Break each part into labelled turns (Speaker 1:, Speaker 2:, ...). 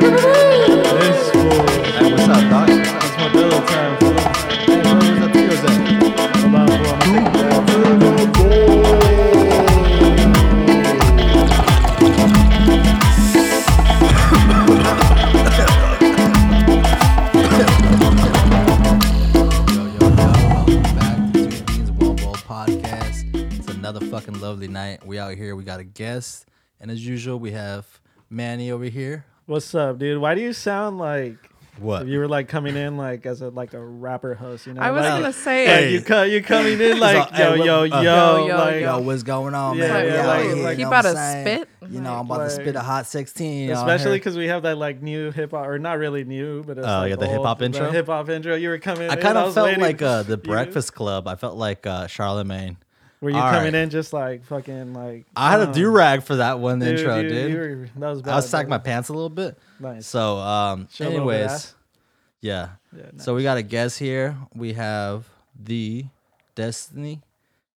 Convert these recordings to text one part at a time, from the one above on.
Speaker 1: This fool.
Speaker 2: Hey, what's up, Doc?
Speaker 1: That's my billy time, fool.
Speaker 2: Hey, what was up to yours at?
Speaker 1: Hold on, fool. I'm gonna take that.
Speaker 2: Yo, yo, yo, welcome back to Two Beans One Ball Podcast. It's another fucking lovely night. We out here, we got a guest, and as usual, we have Manny over here.
Speaker 1: What's up, dude? Why do you sound like
Speaker 2: What?
Speaker 1: if you were like coming in like as a like a rapper host? You know,
Speaker 3: I was
Speaker 1: like,
Speaker 3: gonna say
Speaker 1: like,
Speaker 2: Hey.
Speaker 1: you co- you coming in like
Speaker 2: Hey,
Speaker 1: yo
Speaker 2: what-
Speaker 1: yo
Speaker 2: uh,
Speaker 1: yo,
Speaker 3: Yo, yo,
Speaker 1: like,
Speaker 2: Yo, what's going on,
Speaker 1: Yeah,
Speaker 2: man? We
Speaker 1: yeah,
Speaker 2: out
Speaker 1: like-
Speaker 2: here,
Speaker 1: like-
Speaker 2: you
Speaker 1: He
Speaker 2: know
Speaker 3: about
Speaker 2: what I'm
Speaker 3: to
Speaker 2: saying?
Speaker 3: spit?
Speaker 2: You know, I'm about to
Speaker 1: Like-
Speaker 2: spit a hot 16. y'all
Speaker 1: Especially
Speaker 2: heard?
Speaker 1: because we have that like new hip hop, or not really new, but it's
Speaker 4: Oh,
Speaker 1: like
Speaker 4: you got the hip hop intro?
Speaker 1: Hip hop intro. You were coming.
Speaker 4: I
Speaker 1: in,
Speaker 4: kind of
Speaker 1: was
Speaker 4: felt
Speaker 1: waiting
Speaker 4: like
Speaker 1: for
Speaker 4: uh, the
Speaker 1: you.
Speaker 4: Breakfast Club. I felt like uh, Charlemagne.
Speaker 1: Were you
Speaker 4: All
Speaker 1: coming
Speaker 4: right.
Speaker 1: in just like fucking like?
Speaker 4: I had a
Speaker 1: um,
Speaker 4: do rag for that one
Speaker 1: dude,
Speaker 4: intro,
Speaker 1: you-
Speaker 4: dude.
Speaker 1: you were- that was bad.
Speaker 4: I was sacking my
Speaker 1: brother.
Speaker 4: pants a little bit.
Speaker 1: Nice.
Speaker 4: So, um,
Speaker 1: Show a little bit of
Speaker 4: anyways,
Speaker 1: ass.
Speaker 4: yeah.
Speaker 1: Yeah, nice.
Speaker 4: So we got a guest here. We have the Destiny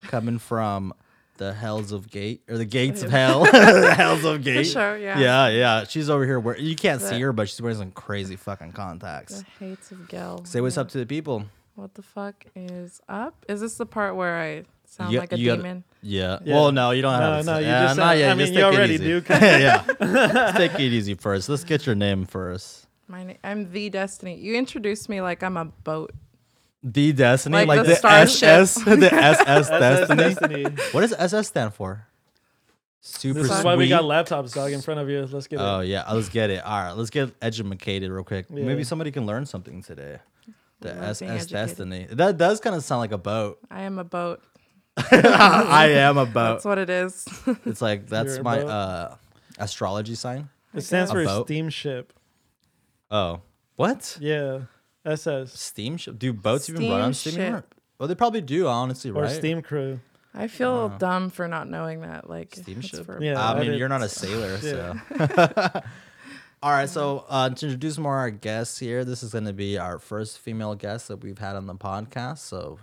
Speaker 4: coming from the Hells of Gate or the Gates of Hell, the Hells of Gate.
Speaker 3: sure, yeah.
Speaker 4: Yeah, yeah. She's over here. Where you can't see
Speaker 3: The-
Speaker 4: her, but she's wearing some crazy fucking contacts.
Speaker 3: The hates of Gel.
Speaker 4: Say what's
Speaker 3: Yeah.
Speaker 4: up to the people.
Speaker 3: What the fuck is up? Is this the part where I sound
Speaker 4: You-
Speaker 3: like a
Speaker 4: you gotta-
Speaker 3: demon?
Speaker 4: Yeah.
Speaker 1: Yeah.
Speaker 4: Well, no, you don't
Speaker 1: No,
Speaker 4: have. to
Speaker 1: no,
Speaker 4: say- Uh,
Speaker 1: you
Speaker 4: yeah,
Speaker 1: just
Speaker 4: not
Speaker 1: said-
Speaker 4: yet.
Speaker 1: I
Speaker 4: just
Speaker 1: mean,
Speaker 4: take
Speaker 1: you
Speaker 4: it
Speaker 1: already
Speaker 4: easy.
Speaker 1: do
Speaker 4: yeah. Let's take it easy first. Let's get your name first.
Speaker 3: My na- I'm the Destiny. You introduced me like I'm a boat.
Speaker 4: The Destiny,
Speaker 3: Like
Speaker 4: like,
Speaker 3: the
Speaker 4: the,
Speaker 3: starship.
Speaker 4: SS, the
Speaker 1: That's
Speaker 4: SS Destiny.
Speaker 1: destiny.
Speaker 4: What does SS stand for? Super
Speaker 1: This is
Speaker 4: sweet.
Speaker 1: why we got laptops dog in front of you. Let's get
Speaker 4: oh
Speaker 1: it.
Speaker 4: yeah, let's get it. All right, let's get educated real quick.
Speaker 1: Yeah.
Speaker 4: Maybe somebody can learn something today. The
Speaker 3: Love being
Speaker 4: SS
Speaker 3: educated.
Speaker 4: Destiny. That does kind of sound like a boat.
Speaker 3: I am a boat.
Speaker 4: I am a boat.
Speaker 3: That's what it is.
Speaker 4: It's like that's
Speaker 1: You're a
Speaker 4: my
Speaker 1: boat?
Speaker 4: uh astrology sign.
Speaker 1: It stands
Speaker 4: A
Speaker 1: for
Speaker 4: boat?
Speaker 1: steamship.
Speaker 4: Oh, what?
Speaker 1: Yeah, SS
Speaker 4: Steamship? Do boats even run on steamship?
Speaker 3: Steamship.
Speaker 4: Well, they probably do, honestly,
Speaker 1: or
Speaker 4: right?
Speaker 1: steam crew.
Speaker 3: I feel dumb for not knowing that. Like it's
Speaker 4: Uh-huh. Steamship?
Speaker 3: for-
Speaker 1: Yeah.
Speaker 4: I
Speaker 1: I
Speaker 4: mean,
Speaker 1: did-
Speaker 4: you're not a sailor, so.
Speaker 1: Yeah.
Speaker 4: All right, so uh, to introduce more our guests here, this is going to be our first female guest that we've had on the podcast. So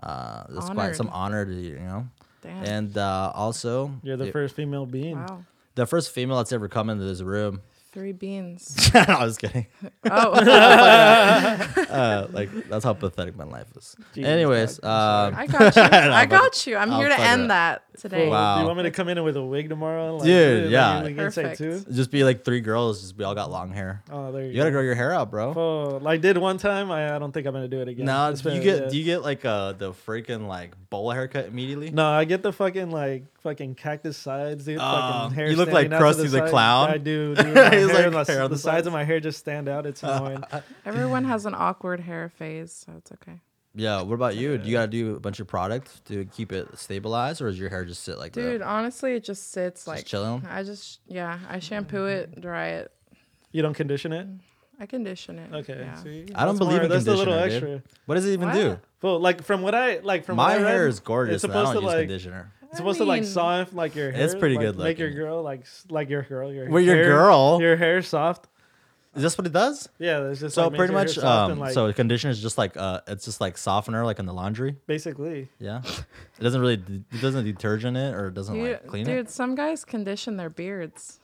Speaker 4: uh, that's quite some honor to you, you know.
Speaker 3: Damn.
Speaker 4: And uh, also,
Speaker 1: You're the
Speaker 4: it-
Speaker 1: first female being.
Speaker 3: Wow.
Speaker 4: the first female that's ever come into this room.
Speaker 3: Three beans.
Speaker 4: I was kidding.
Speaker 3: Oh,
Speaker 4: Uh, like that's how pathetic my life is.
Speaker 1: Jesus,
Speaker 4: Anyways, um,
Speaker 3: I got you. I
Speaker 4: but-
Speaker 3: got you. I'm
Speaker 4: I'll
Speaker 3: here to
Speaker 4: fuck it up.
Speaker 3: end that today.
Speaker 4: Wow.
Speaker 1: Do you want me to come in with a wig tomorrow? Like,
Speaker 4: Dude,
Speaker 1: like,
Speaker 4: yeah.
Speaker 1: we can say
Speaker 3: Perfect.
Speaker 1: two?
Speaker 4: just be like three girls. Just we all got long hair.
Speaker 1: Oh, there you,
Speaker 4: You gotta
Speaker 1: go.
Speaker 4: grow your hair out, bro.
Speaker 1: Oh, I did one time. I, I don't think I'm gonna do it again.
Speaker 4: No,
Speaker 1: It's
Speaker 4: do you
Speaker 1: been-
Speaker 4: get
Speaker 1: yeah.
Speaker 4: do you get like uh the freaking like bowl haircut immediately?
Speaker 1: No, I get the fucking like fucking cactus sides, dude.
Speaker 4: Oh,
Speaker 1: fucking hair.
Speaker 4: you look like
Speaker 1: standing out to
Speaker 4: Krusty the
Speaker 1: side.
Speaker 4: Clown.
Speaker 1: I do. Dude, my hair,
Speaker 4: He's like,
Speaker 1: the,
Speaker 4: hair on
Speaker 1: the
Speaker 4: the
Speaker 1: sides
Speaker 4: sides.
Speaker 1: of my hair just stand out. It's annoying.
Speaker 3: Everyone has an awkward hair phase, so it's okay.
Speaker 4: Yeah. What about you? Do you gotta do a bunch of product to keep it stabilized, or does your hair just sit like
Speaker 3: Dude,
Speaker 4: that?
Speaker 3: honestly, it just sits like
Speaker 4: chilling?
Speaker 3: I just yeah, I shampoo it, dry it,
Speaker 1: you don't condition it.
Speaker 3: I condition it.
Speaker 1: Okay.
Speaker 3: yeah.
Speaker 1: See?
Speaker 4: I don't
Speaker 1: That's
Speaker 4: believe
Speaker 1: more-
Speaker 4: in
Speaker 1: that's a
Speaker 4: conditioner.
Speaker 1: little
Speaker 4: dude.
Speaker 1: extra.
Speaker 4: What does it even
Speaker 3: What?
Speaker 4: do?
Speaker 1: Well, like from what I like from
Speaker 4: My
Speaker 1: what I
Speaker 4: hair
Speaker 1: read,
Speaker 4: is gorgeous.
Speaker 1: It's
Speaker 4: And I
Speaker 1: supposed
Speaker 4: don't
Speaker 1: to
Speaker 4: use
Speaker 1: like
Speaker 4: conditioner.
Speaker 1: it's
Speaker 3: I
Speaker 1: supposed to like
Speaker 3: mean-
Speaker 1: soften like your hair.
Speaker 4: It's pretty
Speaker 1: like,
Speaker 4: good
Speaker 1: Make your
Speaker 4: looking.
Speaker 1: girl like s- like your girl your
Speaker 4: Well, your
Speaker 1: hair-
Speaker 4: girl?
Speaker 1: your hair soft.
Speaker 4: Is this what it does?
Speaker 1: Yeah, it's just
Speaker 4: So
Speaker 1: like, makes
Speaker 4: pretty
Speaker 1: your hair
Speaker 4: much,
Speaker 1: soft
Speaker 4: um,
Speaker 1: and, like,
Speaker 4: so conditioner is just like uh, it's just like softener, like in the laundry.
Speaker 1: basically
Speaker 4: Yeah, it doesn't really, it doesn't detergent it or it doesn't
Speaker 3: You-
Speaker 4: like clean
Speaker 3: dude,
Speaker 4: it.
Speaker 3: some guys condition their beards,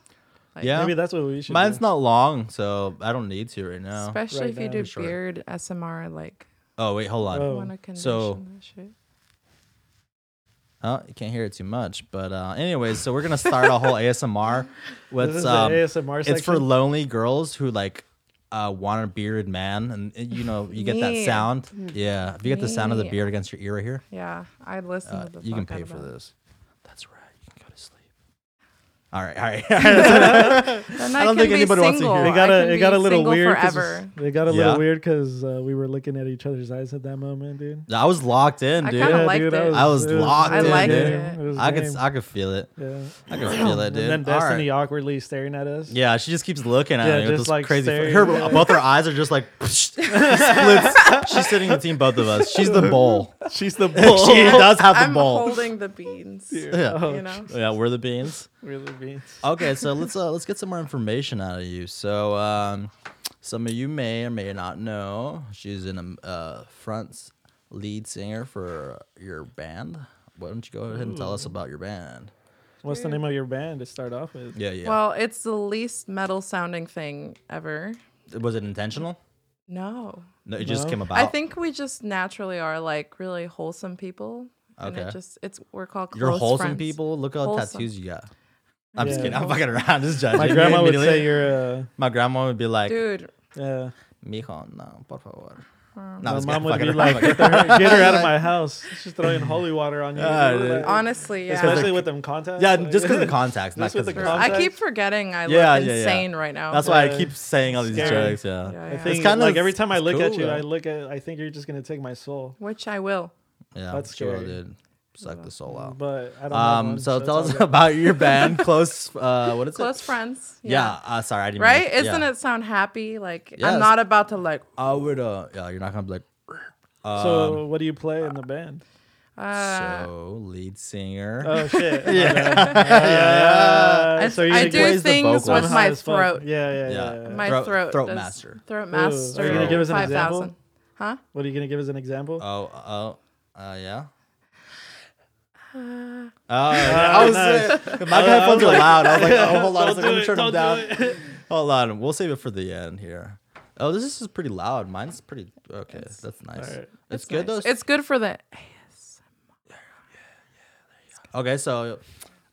Speaker 4: Yeah,
Speaker 1: maybe that's what we should.
Speaker 4: mine's
Speaker 1: do.
Speaker 4: not long, so I don't need to Oh. right now.
Speaker 3: especially
Speaker 1: Right
Speaker 3: if you
Speaker 1: now,
Speaker 3: do
Speaker 4: for sure.
Speaker 3: beard SMR. Like,
Speaker 4: oh wait, hold on.
Speaker 1: Oh.
Speaker 3: want to condition
Speaker 4: So-
Speaker 3: that shit.
Speaker 4: Oh, you can't hear it too much, but uh, anyways, so we're gonna start a whole ASMR.
Speaker 1: This
Speaker 4: What's
Speaker 1: is the
Speaker 4: um,
Speaker 1: ASMR
Speaker 4: It's for
Speaker 1: section?
Speaker 4: lonely girls who like uh, want a bearded man, and uh, you know you get that
Speaker 3: Me. Mm.
Speaker 4: sound. Yeah, if you get the sound of the
Speaker 3: Me.
Speaker 4: beard against your ear right here,
Speaker 3: Yeah, I listen
Speaker 4: uh,
Speaker 3: to the.
Speaker 4: you can
Speaker 3: fuck out
Speaker 4: pay
Speaker 3: of
Speaker 4: for
Speaker 3: that.
Speaker 4: this. That's right. You can go to sleep. All right, all right. I
Speaker 3: Then
Speaker 4: don't think
Speaker 3: can be
Speaker 4: anybody wants to
Speaker 3: single.
Speaker 4: hear
Speaker 1: It got
Speaker 3: I
Speaker 1: a
Speaker 3: can
Speaker 1: it got
Speaker 3: be
Speaker 1: a little
Speaker 3: single
Speaker 1: weird. 'cause
Speaker 3: Forever.
Speaker 1: It got a little
Speaker 4: Yeah.
Speaker 1: weird because uh, we were looking at each other's eyes at that moment, dude.
Speaker 4: was locked in,
Speaker 3: I
Speaker 4: dude.
Speaker 3: kinda like- liked
Speaker 1: dude,
Speaker 3: it.
Speaker 4: I was locked
Speaker 3: I
Speaker 1: it was
Speaker 3: liked
Speaker 1: game.
Speaker 3: it.
Speaker 1: was
Speaker 4: I could,
Speaker 1: game.
Speaker 4: I could feel it.
Speaker 1: yeah.
Speaker 4: I could feel it,
Speaker 1: And
Speaker 4: dude.
Speaker 1: then
Speaker 4: All right.
Speaker 1: Destiny awkwardly staring at us.
Speaker 4: Yeah, she just keeps looking at
Speaker 1: Yeah,
Speaker 4: me with
Speaker 1: just,
Speaker 4: this
Speaker 1: like,
Speaker 4: crazy.
Speaker 1: staring,
Speaker 4: Her,
Speaker 1: yeah.
Speaker 4: both her eyes are just like. splits. She's sitting between both of us. She's the bowl.
Speaker 1: she's the bull.
Speaker 4: she does have the
Speaker 3: I'm
Speaker 4: bowl.
Speaker 3: holding the beans.
Speaker 4: yeah.
Speaker 1: Oh,
Speaker 3: You know.
Speaker 4: yeah, we're the beans.
Speaker 1: really beats.
Speaker 4: Okay, so let's uh, let's get some more information out of you. So, um, some of you may or may not know she's an uh, front lead singer for your band. Why don't you go ahead and tell us about your band?
Speaker 1: What's the
Speaker 3: Dude.
Speaker 1: name of your band to start off with?
Speaker 4: Yeah, yeah.
Speaker 3: Well, it's the least metal sounding thing ever.
Speaker 4: was it intentional?
Speaker 3: No.
Speaker 4: No, it just
Speaker 1: No.
Speaker 4: came about.
Speaker 3: I think we just naturally are like really wholesome people. And
Speaker 4: Okay.
Speaker 3: it just it's we're called close
Speaker 4: you're wholesome
Speaker 3: friends.
Speaker 4: people. Look at all the
Speaker 3: Wholesome.
Speaker 4: tattoos you got. I'm just
Speaker 1: Yeah.
Speaker 4: kidding. I'm fucking around. Just judging.
Speaker 1: My
Speaker 4: you
Speaker 1: grandma would
Speaker 4: immediately.
Speaker 1: say you're uh,
Speaker 4: My grandma would be like,
Speaker 3: Dude,
Speaker 1: yeah.
Speaker 4: "Mijo, no, por favor." No,
Speaker 1: My
Speaker 4: this guy
Speaker 1: mom would
Speaker 4: fucking
Speaker 1: be
Speaker 4: around.
Speaker 1: like, get her, get her out of my house. She's throwing holy water on you.
Speaker 4: Yeah,
Speaker 1: Like,
Speaker 4: Ah, dude.
Speaker 3: honestly, yeah.
Speaker 1: Especially with them contacts.
Speaker 4: yeah,
Speaker 1: like-
Speaker 4: just because of contacts, not
Speaker 1: Just with
Speaker 4: because.
Speaker 1: the
Speaker 4: of-
Speaker 1: con-
Speaker 3: I keep
Speaker 1: context.
Speaker 3: forgetting I
Speaker 4: Yeah,
Speaker 3: look
Speaker 4: yeah, yeah.
Speaker 3: insane right now.
Speaker 4: That's why I
Speaker 1: Yeah.
Speaker 4: keep saying all these
Speaker 1: Scary.
Speaker 4: jokes. Yeah,
Speaker 3: Yeah,
Speaker 1: I
Speaker 3: yeah.
Speaker 1: think
Speaker 4: It's kind
Speaker 1: like
Speaker 4: of
Speaker 1: every time I look at
Speaker 4: cool,
Speaker 1: you, I
Speaker 4: though.
Speaker 1: look at. I think you're just gonna take my soul.
Speaker 3: Which I will.
Speaker 4: yeah,
Speaker 1: That's
Speaker 4: sure,
Speaker 1: scary.
Speaker 4: dude. Suck the soul out.
Speaker 1: But I don't know.
Speaker 4: Um,
Speaker 1: man,
Speaker 4: so
Speaker 1: it's
Speaker 4: tell
Speaker 1: all
Speaker 4: us
Speaker 1: good.
Speaker 4: about your band, close. Uh, what is
Speaker 3: Close
Speaker 4: it?
Speaker 3: friends.
Speaker 4: Yeah. Uh, sorry, I didn't.
Speaker 3: Right?
Speaker 4: Mean,
Speaker 3: Isn't it sound happy? Like
Speaker 4: Yes.
Speaker 3: I'm not about to like
Speaker 4: I would. Uh, yeah, you're not gonna be like. Um, so,
Speaker 1: So what do you play in the band?
Speaker 3: uh,
Speaker 4: lead singer.
Speaker 1: Oh shit.
Speaker 3: I,
Speaker 1: yeah. So you're
Speaker 3: I
Speaker 1: gonna
Speaker 3: do
Speaker 1: give-
Speaker 4: plays the
Speaker 3: things
Speaker 4: vocals.
Speaker 1: I'm
Speaker 3: with
Speaker 1: high
Speaker 3: my
Speaker 1: as fuck.
Speaker 3: throat.
Speaker 1: Yeah, yeah,
Speaker 4: Yeah.
Speaker 1: yeah. yeah.
Speaker 3: My
Speaker 4: Throat-
Speaker 3: throat.
Speaker 4: throat
Speaker 3: does-
Speaker 4: master.
Speaker 3: Throat
Speaker 1: Ooh, are you
Speaker 3: master.
Speaker 1: gonna give us an
Speaker 3: 5,000.
Speaker 1: example?
Speaker 3: Huh?
Speaker 1: What are you gonna give us an example?
Speaker 4: Oh, oh, uh, yeah. oh, yeah. I
Speaker 1: Oh,
Speaker 4: was uh, my headphones are loud. I was like, oh, hold on, I was
Speaker 1: Don't
Speaker 4: like, let
Speaker 1: do
Speaker 4: me
Speaker 1: it,
Speaker 4: turn them
Speaker 1: don't do
Speaker 4: down. Hold on, we'll save it for the end here. Oh, this is pretty loud. Mine's pretty okay. that's nice.
Speaker 1: alright.
Speaker 4: It's, good though.
Speaker 3: It's good for the
Speaker 4: okay, so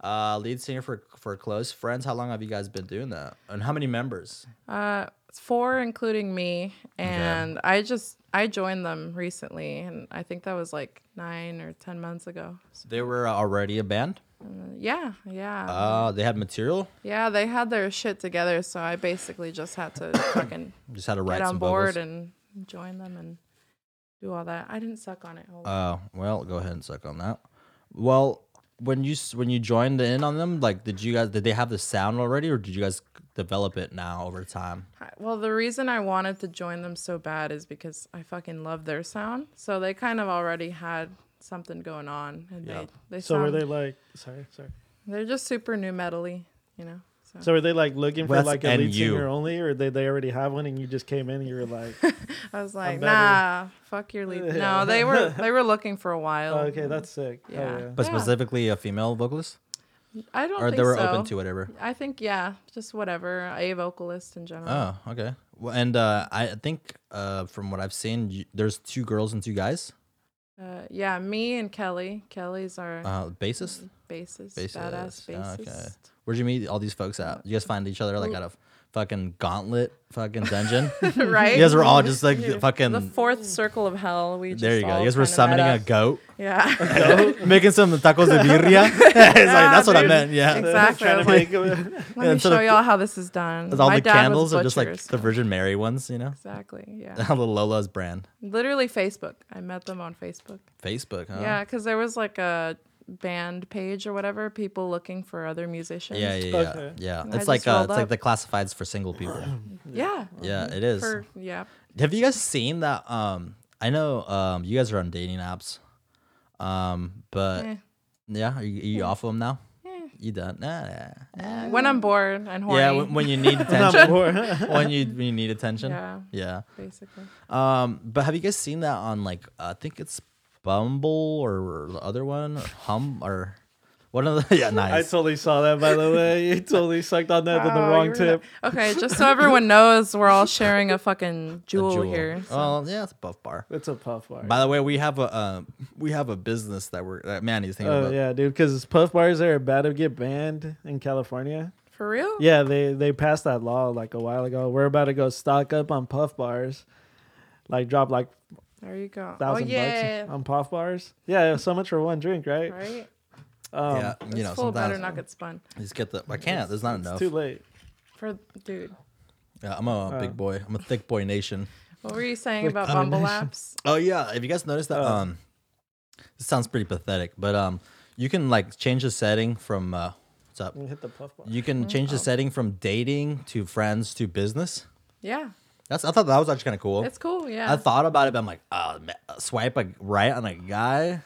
Speaker 4: uh, lead singer for for Close Friends. How long have you guys been doing that? And how many members?
Speaker 3: uh four including me and I just I joined them recently and I think that was like 9 or 10 months ago. So,
Speaker 4: They were already a band.
Speaker 3: yeah, yeah.
Speaker 4: Uh, they had material.
Speaker 3: yeah, they had their shit together so I basically just had to fucking
Speaker 4: Just had to write
Speaker 3: get on
Speaker 4: some
Speaker 3: board
Speaker 4: vocals.
Speaker 3: and join them and do all that. I didn't suck on it. Hold on.
Speaker 4: Uh, well, go ahead and suck on that. Well, when you s- when you joined in on them, like, did you guys did they have the sound already, or did you guys develop it now over time?
Speaker 3: I- Well, the reason I wanted to join them so bad is because I fucking love their sound. So they kind of already had something going on, and
Speaker 4: Yeah.
Speaker 3: they they
Speaker 1: so
Speaker 3: sound,
Speaker 1: were they like? Sorry, sorry.
Speaker 3: are just super new metally, you know. So,
Speaker 1: So were they like looking
Speaker 4: Well,
Speaker 1: for like
Speaker 4: that's
Speaker 1: a lead
Speaker 4: NU.
Speaker 1: singer only, or did they already have one and you just came in and you were like,
Speaker 3: I was like,
Speaker 1: better.
Speaker 3: nah, fuck your lead. No, they were they were looking for a while.
Speaker 1: oh, okay, that's sick. Hell
Speaker 3: Yeah.
Speaker 1: yeah.
Speaker 4: But
Speaker 3: Yeah.
Speaker 4: specifically, a female vocalist,
Speaker 3: I don't
Speaker 4: or
Speaker 3: think
Speaker 4: they were
Speaker 3: so.
Speaker 4: open to whatever.
Speaker 3: I think yeah, just whatever. A vocalist in general.
Speaker 4: Oh, okay. Well, and uh, I think uh, from what I've seen, you, there's two girls and two guys.
Speaker 3: Uh, yeah, me and Kelly. Kelly's our
Speaker 4: Oh. Uh, bassist.
Speaker 3: bassist,
Speaker 4: Bassist.
Speaker 3: badass
Speaker 4: Oh,
Speaker 3: bassist.
Speaker 4: okay. Where'd you meet all these folks at? You guys find each other like at a fucking gauntlet, fucking dungeon. you
Speaker 3: right?
Speaker 4: guys were all just like fucking.
Speaker 3: the fourth circle of hell. We just
Speaker 4: there you go.
Speaker 3: all
Speaker 4: You guys were
Speaker 3: kinda met
Speaker 4: summoning a
Speaker 3: up.
Speaker 4: goat.
Speaker 3: Yeah,
Speaker 4: making some tacos de birria. it's like, that's what I
Speaker 3: dude.
Speaker 4: meant. Yeah.
Speaker 3: exactly. I
Speaker 1: Trying
Speaker 3: was
Speaker 1: to
Speaker 3: like,
Speaker 1: make a-
Speaker 3: let
Speaker 4: yeah,
Speaker 3: me
Speaker 4: instead of
Speaker 3: show y'all how this is done.
Speaker 4: 'Cause all
Speaker 3: My
Speaker 4: the
Speaker 3: dad was
Speaker 4: candles are just like
Speaker 3: butchers.
Speaker 4: the Virgin Mary ones, you know?
Speaker 3: exactly. Yeah,
Speaker 4: A little Lola's brand.
Speaker 3: literally Facebook. I met them on Facebook.
Speaker 4: Facebook, huh?
Speaker 3: Yeah, because there was like a band page or whatever. People looking for other musicians.
Speaker 4: Yeah, yeah, yeah.
Speaker 1: Okay.
Speaker 4: yeah.
Speaker 3: I
Speaker 4: It's
Speaker 3: just
Speaker 4: like uh,
Speaker 3: rolled
Speaker 4: it's like
Speaker 3: up.
Speaker 4: the classifieds for single people.
Speaker 3: yeah.
Speaker 4: yeah, it is.
Speaker 3: For, yeah.
Speaker 4: Have you guys seen that? Um, I know um, you guys are on dating apps, um, but
Speaker 3: Eh.
Speaker 4: yeah, are you, are you off of them now?
Speaker 3: Eh.
Speaker 4: You done? Nah, nah.
Speaker 3: When I'm bored and horny.
Speaker 4: Yeah, when, when you need
Speaker 1: Not
Speaker 4: attention,
Speaker 1: more.
Speaker 4: when you when you need attention.
Speaker 3: Yeah.
Speaker 4: yeah.
Speaker 3: basically.
Speaker 4: Um, but have you guys seen that on like I think it's Bumble or, the other one, or Hum or one of the yeah
Speaker 1: I
Speaker 4: nice.
Speaker 1: totally saw that. By the way, you totally sucked on that with the
Speaker 3: Wow,
Speaker 1: wrong
Speaker 3: you were
Speaker 1: tip.
Speaker 3: the- Okay, just so everyone knows, we're all sharing a fucking
Speaker 4: A
Speaker 3: jewel,
Speaker 4: jewel.
Speaker 3: here. so-
Speaker 4: Well, yeah, it's Buff Bar.
Speaker 1: It's a puff bar.
Speaker 4: By the way, we have a um, we have a business that we're that Manny's thinking
Speaker 1: Oh
Speaker 4: about.
Speaker 1: yeah, dude. Because puff bars are about to get banned in California.
Speaker 3: For real?
Speaker 1: Yeah, they they passed that law like a while ago. We're about to go stock up on puff bars, like drop like
Speaker 3: There you go. Oh
Speaker 1: thousand
Speaker 3: yeah.
Speaker 1: bucks on puff bars. Yeah, so much for one drink, right?
Speaker 3: Right?
Speaker 1: Um,
Speaker 4: Yeah, you
Speaker 3: It's
Speaker 4: know,
Speaker 3: full better
Speaker 4: sometimes
Speaker 3: not get spun.
Speaker 4: just get the. I can't. There's not
Speaker 1: It's
Speaker 4: enough.
Speaker 1: too late.
Speaker 3: For dude.
Speaker 4: Yeah, I'm a big boy. I'm a thick boy nation.
Speaker 3: What were you saying about Bumble apps?
Speaker 4: Oh yeah, if you guys noticed that, um, this sounds pretty pathetic, but um, you can like change the setting from uh, what's up?
Speaker 1: You hit the puff bar.
Speaker 4: You can change the setting from dating to friends to business.
Speaker 3: Yeah.
Speaker 4: That's I thought that was actually kind of cool.
Speaker 3: It's cool, yeah.
Speaker 4: I thought about it, but I'm like, oh, ma- swipe a right on a guy.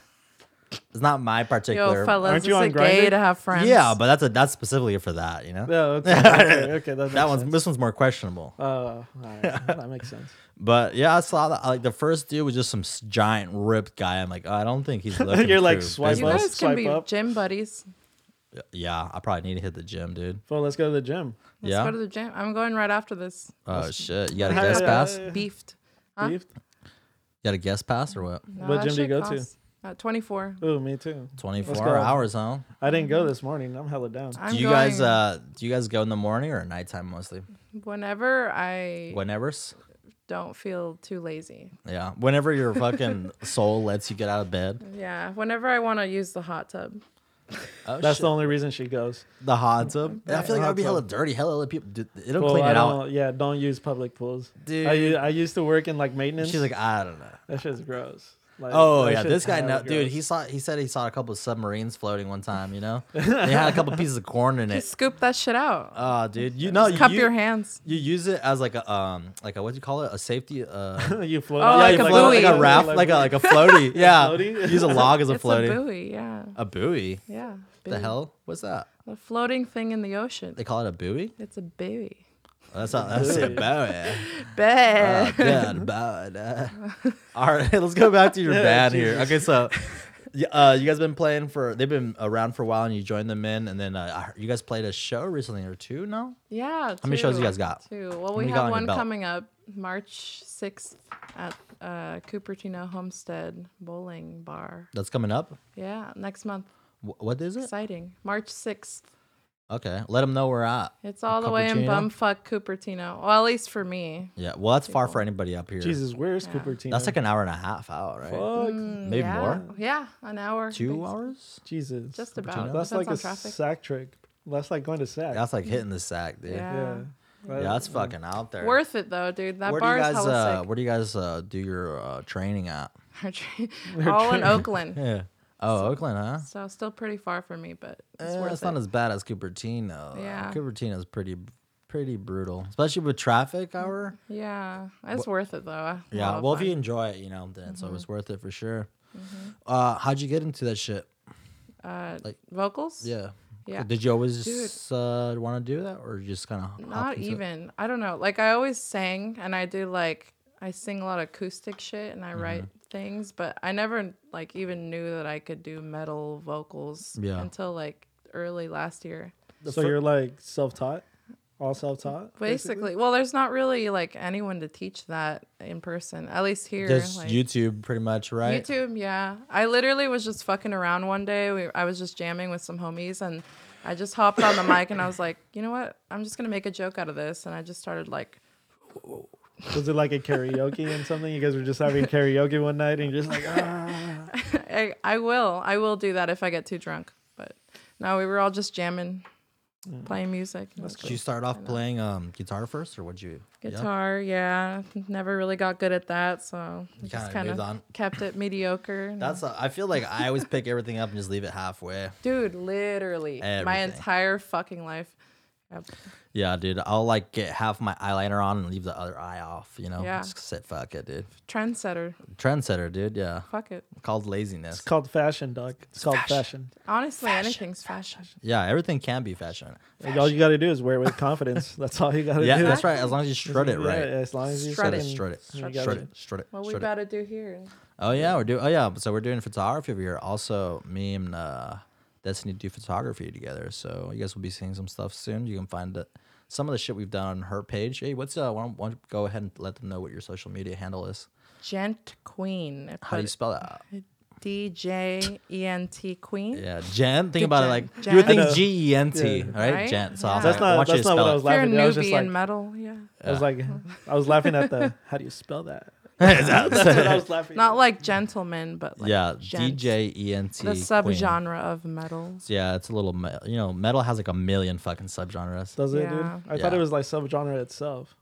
Speaker 4: It's not my particular.
Speaker 3: Yo, fellas,
Speaker 1: Aren't
Speaker 3: is
Speaker 1: you on
Speaker 3: it gay
Speaker 1: Grindr?
Speaker 3: to have friends?
Speaker 4: yeah, but that's a that's specifically for that, you know.
Speaker 1: No, okay, okay, okay, that, makes
Speaker 4: that one's
Speaker 1: sense.
Speaker 4: this one's more questionable.
Speaker 1: Oh, all right, that makes sense.
Speaker 4: But yeah, I saw that. Like the first dude was just some s- giant ripped guy. I'm like, oh, I don't think he's looking.
Speaker 1: You're like,
Speaker 4: through
Speaker 1: swipe
Speaker 3: you
Speaker 4: business."
Speaker 1: up.
Speaker 3: guys can
Speaker 1: swipe
Speaker 3: be
Speaker 1: up.
Speaker 3: gym buddies.
Speaker 4: Yeah, I probably need to hit the gym, dude.
Speaker 1: Fool, let's go to the gym.
Speaker 3: Let's
Speaker 4: yeah.
Speaker 3: go to the gym. I'm going right after this.
Speaker 4: oh shit, you got a
Speaker 1: Yeah,
Speaker 4: guest
Speaker 1: yeah,
Speaker 4: pass?
Speaker 1: yeah.
Speaker 4: You
Speaker 3: Beefed. Huh?
Speaker 1: Beef?
Speaker 4: got a guest pass or what?
Speaker 3: No,
Speaker 1: What
Speaker 3: that
Speaker 1: gym do you
Speaker 3: shit
Speaker 1: go to?
Speaker 3: costs- Uh, 24.
Speaker 1: Ooh, me too.
Speaker 4: Twenty
Speaker 1: Let's
Speaker 4: four
Speaker 1: go.
Speaker 4: hours, huh?
Speaker 1: I didn't go this morning. I'm hella down.
Speaker 3: I'm
Speaker 4: Do you
Speaker 3: going
Speaker 4: guys uh do you guys go in the morning or at nighttime mostly?
Speaker 3: whenever I
Speaker 4: Whenever?
Speaker 3: don't feel too lazy.
Speaker 4: Yeah. Whenever your fucking soul lets you get out of bed.
Speaker 3: Yeah, whenever I want to use the hot tub.
Speaker 4: Oh,
Speaker 1: That's
Speaker 4: shit.
Speaker 1: the only reason she goes.
Speaker 4: The hot tub. I feel like that would be
Speaker 1: Hot
Speaker 4: hella
Speaker 1: tub.
Speaker 4: dirty. Hella, hella people. dude, It'll
Speaker 1: Well,
Speaker 4: clean
Speaker 1: I
Speaker 4: it
Speaker 1: don't,
Speaker 4: out.
Speaker 1: Yeah, don't use public pools. Dude. I,
Speaker 4: Dude.
Speaker 1: u- I used to work in like maintenance.
Speaker 4: She's like, I don't know.
Speaker 1: that shit's gross. Like,
Speaker 4: Oh
Speaker 1: that
Speaker 4: yeah,
Speaker 1: shit's
Speaker 4: this guy,
Speaker 1: hella
Speaker 4: know, dude.
Speaker 1: gross.
Speaker 4: He saw. He said he saw a couple of submarines floating one time. You know, they had a couple pieces of corn in it.
Speaker 3: Scoop that shit out.
Speaker 4: Eh. Oh, dude. You know, you,
Speaker 3: Cup
Speaker 4: you,
Speaker 3: your hands.
Speaker 4: you use it as like a um, like a what do you call it? A safety. Uh,
Speaker 1: you float.
Speaker 3: Oh, like a
Speaker 4: like,
Speaker 3: buoy.
Speaker 4: like a raft, like a like a floaty. Yeah,
Speaker 1: floaty?
Speaker 4: use a log as a
Speaker 3: It's
Speaker 4: floaty.
Speaker 3: a buoy, yeah.
Speaker 4: A buoy.
Speaker 3: Yeah.
Speaker 4: The
Speaker 3: buoy.
Speaker 4: hell? What's that?
Speaker 3: The floating thing in the ocean.
Speaker 4: They call it a buoy.
Speaker 3: It's a buoy.
Speaker 4: That's not. That's a
Speaker 1: Buoy.
Speaker 4: buoy.
Speaker 3: Bad.
Speaker 4: Oh, God, bad. Uh, all right, let's go back to your band here. Okay, so y- uh, you guys been playing for? They've been around for a while, and you joined them in, and then uh, I heard- you guys played a show recently or two? No,
Speaker 3: Yeah.
Speaker 4: How many shows you
Speaker 3: two-
Speaker 4: guys got?
Speaker 3: Two. Well,
Speaker 4: many
Speaker 3: we
Speaker 4: you got on
Speaker 3: have
Speaker 4: your
Speaker 3: one
Speaker 4: belt?
Speaker 3: coming up March 6th at uh, Cupertino Homestead Bowling Bar.
Speaker 4: that's coming up.
Speaker 3: Yeah, next month.
Speaker 4: Wh- What is it?
Speaker 3: Exciting. March 6th.
Speaker 4: Okay, let them know we're at.
Speaker 3: It's all the way in
Speaker 4: Cupertino?
Speaker 3: bumfuck Cupertino. Well, at least for me.
Speaker 4: Yeah, well, that's far for anybody up here.
Speaker 1: Jesus, where's Cupertino?
Speaker 4: That's like an hour and a half out, right?
Speaker 3: Mm.
Speaker 1: fuck.
Speaker 4: Maybe
Speaker 3: yeah.
Speaker 4: more.
Speaker 3: Yeah, an hour.
Speaker 4: Two
Speaker 3: Thanks.
Speaker 4: hours?
Speaker 1: Jesus.
Speaker 3: Just about.
Speaker 4: Cupertino?
Speaker 1: That's like a
Speaker 3: Depends on traffic.
Speaker 1: sack trick. That's like going to sack.
Speaker 4: That's like hitting the sack, dude. Yeah,
Speaker 3: Yeah.
Speaker 1: yeah.
Speaker 4: that's fucking out there.
Speaker 3: Worth it though, dude. That
Speaker 4: where do you
Speaker 3: bar is
Speaker 4: guys?
Speaker 3: hella
Speaker 4: Uh,
Speaker 3: sick.
Speaker 4: where do you guys uh, do your uh, training at?
Speaker 3: Our train- all in Oakland.
Speaker 4: Yeah. Oh, Oakland, huh?
Speaker 3: So still pretty far for me, but it's
Speaker 4: Eh,
Speaker 3: worth
Speaker 4: it's
Speaker 3: it.
Speaker 4: not as bad as Cupertino. Yeah,
Speaker 3: Yeah.
Speaker 4: Cupertino's pretty pretty brutal, especially with traffic hour.
Speaker 3: yeah, Mm-hmm. it's worth it though. I
Speaker 4: Yeah,
Speaker 3: love
Speaker 4: well, if
Speaker 3: fun. Mm-hmm.
Speaker 4: you enjoy it, you know, then it's always worth it for sure. Uh, how'd you get into that shit?
Speaker 3: uh,
Speaker 4: like-
Speaker 3: vocals,
Speaker 4: Yeah,
Speaker 3: Yeah.
Speaker 4: Did you always
Speaker 3: Dude.
Speaker 4: just, uh, want to do that, or just kind of
Speaker 3: not even. I don't know. Like I always sang, and I do like I sing a lot of acoustic shit,
Speaker 4: Mm-hmm.
Speaker 3: and I write things, but I never like even knew that I could do metal vocals
Speaker 4: Yeah.
Speaker 3: until like early last year.
Speaker 1: So you're like self-taught, all self-taught.
Speaker 3: Basically, well, there's not really like anyone to teach that in person, at least here.
Speaker 4: Just
Speaker 3: like,
Speaker 4: YouTube, pretty much, right?
Speaker 3: YouTube, yeah. I literally was just fucking around one day. We, I was just jamming with some homies and I just hopped on the mic and I was like, you know what? I'm just going to make a joke out of this. And I just started like,
Speaker 1: Was it like a karaoke and something? You guys were just having karaoke one night and you're just like, ah.
Speaker 3: I, I will. I will do that if I get too drunk. But no, we were all just jamming, playing music. It was
Speaker 4: Did you start off playing um, guitar first, or would you? yeah?
Speaker 3: cool. Guitar, yeah. Never really got good at that. So I just
Speaker 4: kinda
Speaker 3: kind
Speaker 4: moved on.
Speaker 3: of kept it mediocre. and-
Speaker 4: That's. A, I feel like I always pick everything up and just leave it halfway.
Speaker 3: Dude, literally my
Speaker 4: Everything.
Speaker 3: entire fucking life. Yep.
Speaker 4: Yeah, dude. I'll like get half my eyeliner on and leave the other eye off. You know,
Speaker 3: Yeah.
Speaker 4: just sit fuck it, dude.
Speaker 3: Trendsetter.
Speaker 4: Trendsetter, dude. Yeah,
Speaker 3: Fuck it.
Speaker 4: called laziness.
Speaker 1: It's called fashion, dog. It's called fashion.
Speaker 3: Honestly, anything's fashion.
Speaker 4: yeah, everything can be fashion.
Speaker 1: Like, all you got to do is wear it with confidence. That's all you got to
Speaker 4: Yeah,
Speaker 1: do.
Speaker 4: that's right. As long as you shred it
Speaker 1: Yeah,
Speaker 4: right.
Speaker 1: as long as you
Speaker 4: Shred
Speaker 3: Shred
Speaker 4: it,
Speaker 1: fucking-
Speaker 4: shred it,
Speaker 1: you
Speaker 4: shred
Speaker 1: got
Speaker 4: it,
Speaker 1: it.
Speaker 4: shred it.
Speaker 3: What we
Speaker 4: shred it.
Speaker 3: about to do here?
Speaker 4: Oh yeah, we're doing. Oh yeah, so we're doing photography over here. Also, me and uh, Destiny do photography together. So you guys will be seeing some stuff soon. You can find it. Some of the shit we've done on her page. Hey, what's uh? Why don't, why don't go ahead and let them know what your social media handle is?
Speaker 3: Gent Queen. I
Speaker 4: How do you
Speaker 3: put
Speaker 4: spell that?
Speaker 3: D J E N T Queen.
Speaker 4: Yeah, Jen. Think about it like
Speaker 3: Jen.
Speaker 4: you would
Speaker 3: Jen.
Speaker 4: think G E N T,
Speaker 1: Yeah.
Speaker 4: right?
Speaker 3: Right?
Speaker 4: Jen. So I was
Speaker 1: That's
Speaker 4: like, I
Speaker 1: not.
Speaker 4: want you to
Speaker 1: That's not what I
Speaker 4: spell
Speaker 1: was
Speaker 4: it.
Speaker 3: If you're a
Speaker 1: laughing. at. I was
Speaker 3: newbie
Speaker 1: just like,
Speaker 3: in metal, yeah.
Speaker 1: I was like, I was laughing at the. How do you spell that?
Speaker 4: That's-
Speaker 1: That's what I was laughing.
Speaker 3: Not like gentleman, but like
Speaker 4: yeah,
Speaker 3: gent.
Speaker 4: DJ E N T.
Speaker 3: The subgenre of metal.
Speaker 4: Yeah, it's a little. me- You know, metal has like a million fucking subgenres.
Speaker 1: Does it,
Speaker 3: Yeah.
Speaker 1: dude? I thought it
Speaker 4: Yeah.
Speaker 1: was like subgenre itself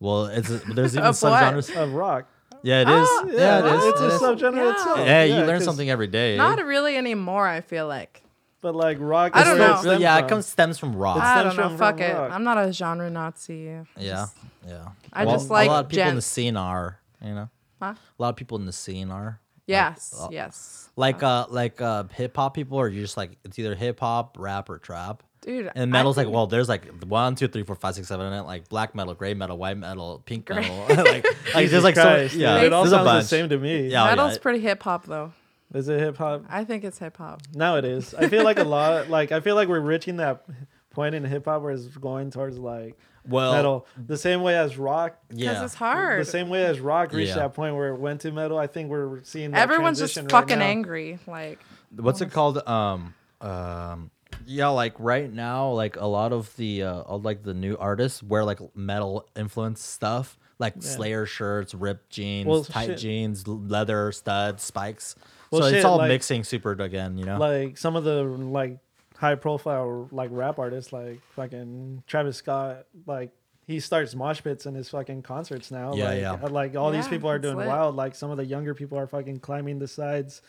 Speaker 4: Well, it's there's even
Speaker 3: Of what?
Speaker 4: subgenres.
Speaker 1: of rock.
Speaker 4: Yeah, it is.
Speaker 1: Ah, Yeah,
Speaker 4: yeah, it is.
Speaker 1: It's
Speaker 4: it
Speaker 1: a
Speaker 4: is.
Speaker 1: subgenre
Speaker 3: Yeah.
Speaker 1: itself.
Speaker 4: yeah, you learn
Speaker 1: 'cause-
Speaker 4: something every day.
Speaker 3: Not really anymore, I feel like.
Speaker 1: But like rock.
Speaker 3: I
Speaker 1: is
Speaker 3: don't
Speaker 1: where it
Speaker 3: know.
Speaker 1: stems
Speaker 4: yeah, it
Speaker 1: from.
Speaker 4: comes stems from rock.
Speaker 1: It's-
Speaker 3: I
Speaker 1: stems
Speaker 3: don't know.
Speaker 1: from
Speaker 3: Fuck it.
Speaker 1: rock.
Speaker 3: I'm not a genre Nazi. I
Speaker 4: yeah,
Speaker 3: just-
Speaker 4: yeah.
Speaker 3: I
Speaker 4: Well,
Speaker 3: just like
Speaker 4: a lot of people in the
Speaker 3: gents.
Speaker 4: scene are. You know,
Speaker 3: Huh?
Speaker 4: a lot of people in the scene are.
Speaker 3: Yes.
Speaker 4: uh,
Speaker 3: yes.
Speaker 4: Like uh, like uh, hip hop people are just like it's either hip hop, rap, or trap.
Speaker 3: Dude.
Speaker 4: And
Speaker 3: I
Speaker 4: metal's like,
Speaker 3: can-
Speaker 4: well, there's like one, two, three, four, five, six, seven, and like black metal, gray metal, white metal, pink metal, like, like there's
Speaker 1: Jesus
Speaker 4: like so,
Speaker 1: Christ,
Speaker 4: yeah,
Speaker 1: dude, it all
Speaker 4: there's a
Speaker 1: sounds the
Speaker 4: bunch.
Speaker 1: same to me.
Speaker 4: Yeah, oh,
Speaker 3: metal's
Speaker 4: it-
Speaker 3: pretty hip hop though.
Speaker 1: Is it hip hop?
Speaker 3: I think it's hip hop.
Speaker 1: Now it is. I feel like a lot. Like I feel like we're reaching that point in hip hop where it's going towards like
Speaker 4: Well,
Speaker 1: metal. The same way as rock.
Speaker 3: Because
Speaker 4: yeah.
Speaker 3: it's hard.
Speaker 1: The same way as rock reached
Speaker 4: Yeah.
Speaker 1: that point where it went to metal. I think we're seeing. That
Speaker 3: Everyone's just
Speaker 1: transition right
Speaker 3: fucking
Speaker 1: now.
Speaker 3: angry. Like,
Speaker 4: what's it called um um yeah like right now like a lot of the uh of, like the new artists wear like metal influence stuff like slayer shirts ripped jeans
Speaker 1: Well,
Speaker 4: tight
Speaker 1: shit.
Speaker 4: jeans l- leather studs spikes
Speaker 1: Well,
Speaker 4: so
Speaker 1: shit,
Speaker 4: it's all
Speaker 1: like-
Speaker 4: mixing super again you know
Speaker 1: Like some of the like high profile like rap artists like fucking Travis Scott like. He starts mosh pits in his fucking concerts now.
Speaker 4: Yeah,
Speaker 1: like,
Speaker 4: yeah.
Speaker 1: Like all these
Speaker 3: Yeah,
Speaker 1: people are
Speaker 3: it's
Speaker 1: doing
Speaker 3: lit.
Speaker 1: wild. Like some of the younger people are fucking climbing the sides,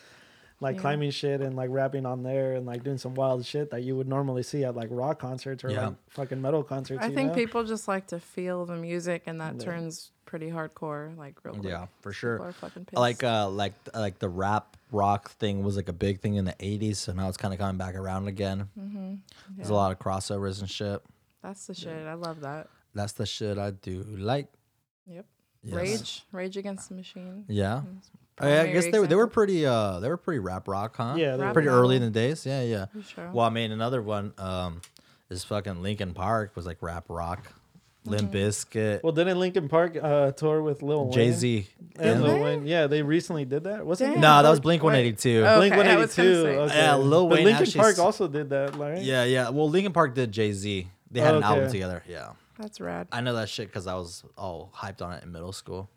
Speaker 1: like
Speaker 3: Yeah.
Speaker 1: climbing shit and like rapping on there and like doing some wild shit that you would normally see at like rock concerts or
Speaker 4: Yeah.
Speaker 1: like fucking metal concerts.
Speaker 3: I
Speaker 1: you
Speaker 3: think
Speaker 1: know?
Speaker 3: people just like to feel the music, and that turns pretty hardcore, like real quick.
Speaker 4: yeah for
Speaker 3: People
Speaker 4: sure
Speaker 3: are fucking pissed.
Speaker 4: like uh like like the rap rock thing was like a big thing in the 80s so now it's kind of coming back around again uh, there's a
Speaker 3: Yeah.
Speaker 4: lot of crossovers and shit
Speaker 3: that's the shit. I love that.
Speaker 4: that's the shit i do like
Speaker 3: Yep.
Speaker 4: Yes.
Speaker 3: Rage, Rage Against the Machine.
Speaker 4: yeah
Speaker 3: That's
Speaker 4: I, I
Speaker 3: primary
Speaker 4: guess they, were- they were
Speaker 3: example.
Speaker 4: pretty uh they were pretty rap rock, huh?
Speaker 1: Yeah, they
Speaker 3: Rap
Speaker 4: pretty
Speaker 3: rock.
Speaker 4: early in the days. Yeah, yeah.
Speaker 3: For sure.
Speaker 4: Well, I mean, another one um is fucking Linkin Park was like rap rock,
Speaker 3: Mm-hmm.
Speaker 4: Limp Bizkit,
Speaker 1: Well, didn't Linkin Park uh, tour with Lil Wayne?
Speaker 4: Jay Z.
Speaker 1: and
Speaker 4: No,
Speaker 1: Lil Wayne. Yeah, they recently did that. Wasn't
Speaker 3: Damn.
Speaker 1: Linkin
Speaker 4: that was
Speaker 1: Park-
Speaker 4: Blink One Eighty Two.
Speaker 3: Oh.
Speaker 1: Blink One
Speaker 3: Okay, I
Speaker 1: Eighty
Speaker 3: was gonna
Speaker 1: Two.
Speaker 3: say.
Speaker 1: Okay.
Speaker 4: Yeah, Lil
Speaker 1: But
Speaker 4: Wayne
Speaker 1: Linkin
Speaker 4: actually
Speaker 1: Park
Speaker 4: s-
Speaker 1: also did that, right?
Speaker 4: Yeah, yeah. Well, Linkin Park did Jay Z. They had an album
Speaker 1: Okay.
Speaker 4: together. Yeah,
Speaker 3: That's rad.
Speaker 4: I know that shit because I was all hyped on it in middle school.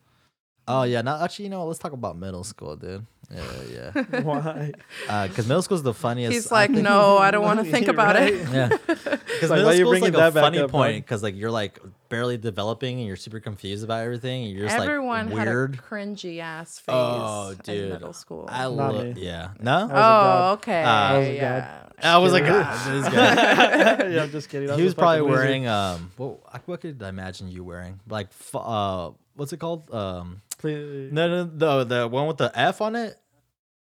Speaker 4: Oh yeah, now actually, you know, what? let's talk about middle school, dude. Yeah, yeah.
Speaker 1: Why?
Speaker 4: Because middle school's the funniest.
Speaker 3: He's
Speaker 4: I
Speaker 3: like,
Speaker 4: think-
Speaker 3: no, I don't want to think
Speaker 1: You're
Speaker 3: about it.
Speaker 1: right.
Speaker 4: Yeah. Because
Speaker 1: Like,
Speaker 4: middle
Speaker 1: why you
Speaker 4: school's
Speaker 1: bringing
Speaker 4: like a
Speaker 1: that back
Speaker 4: funny
Speaker 1: up,
Speaker 4: point
Speaker 1: man?
Speaker 4: because like you're like barely developing and you're super confused about everything. And you're just
Speaker 3: Everyone
Speaker 4: like weird.
Speaker 3: had a cringy ass phase
Speaker 4: oh,
Speaker 3: in
Speaker 4: dude.
Speaker 3: middle school.
Speaker 4: I Uh,
Speaker 1: Not
Speaker 4: love.
Speaker 1: me.
Speaker 4: Yeah. No.
Speaker 1: was a
Speaker 3: oh,
Speaker 1: god.
Speaker 3: okay.
Speaker 4: I
Speaker 1: was a
Speaker 3: yeah.
Speaker 4: I was like,
Speaker 1: kidding.
Speaker 4: "Ah, this guy."
Speaker 1: yeah, I'm just kidding. That
Speaker 4: he was
Speaker 1: a
Speaker 4: probably
Speaker 1: fucking loser.
Speaker 4: wearing um. What, I- what could I imagine you wearing? Like f- uh, what's it called? Um,
Speaker 1: Please-
Speaker 4: no, no, the the one with the F on it,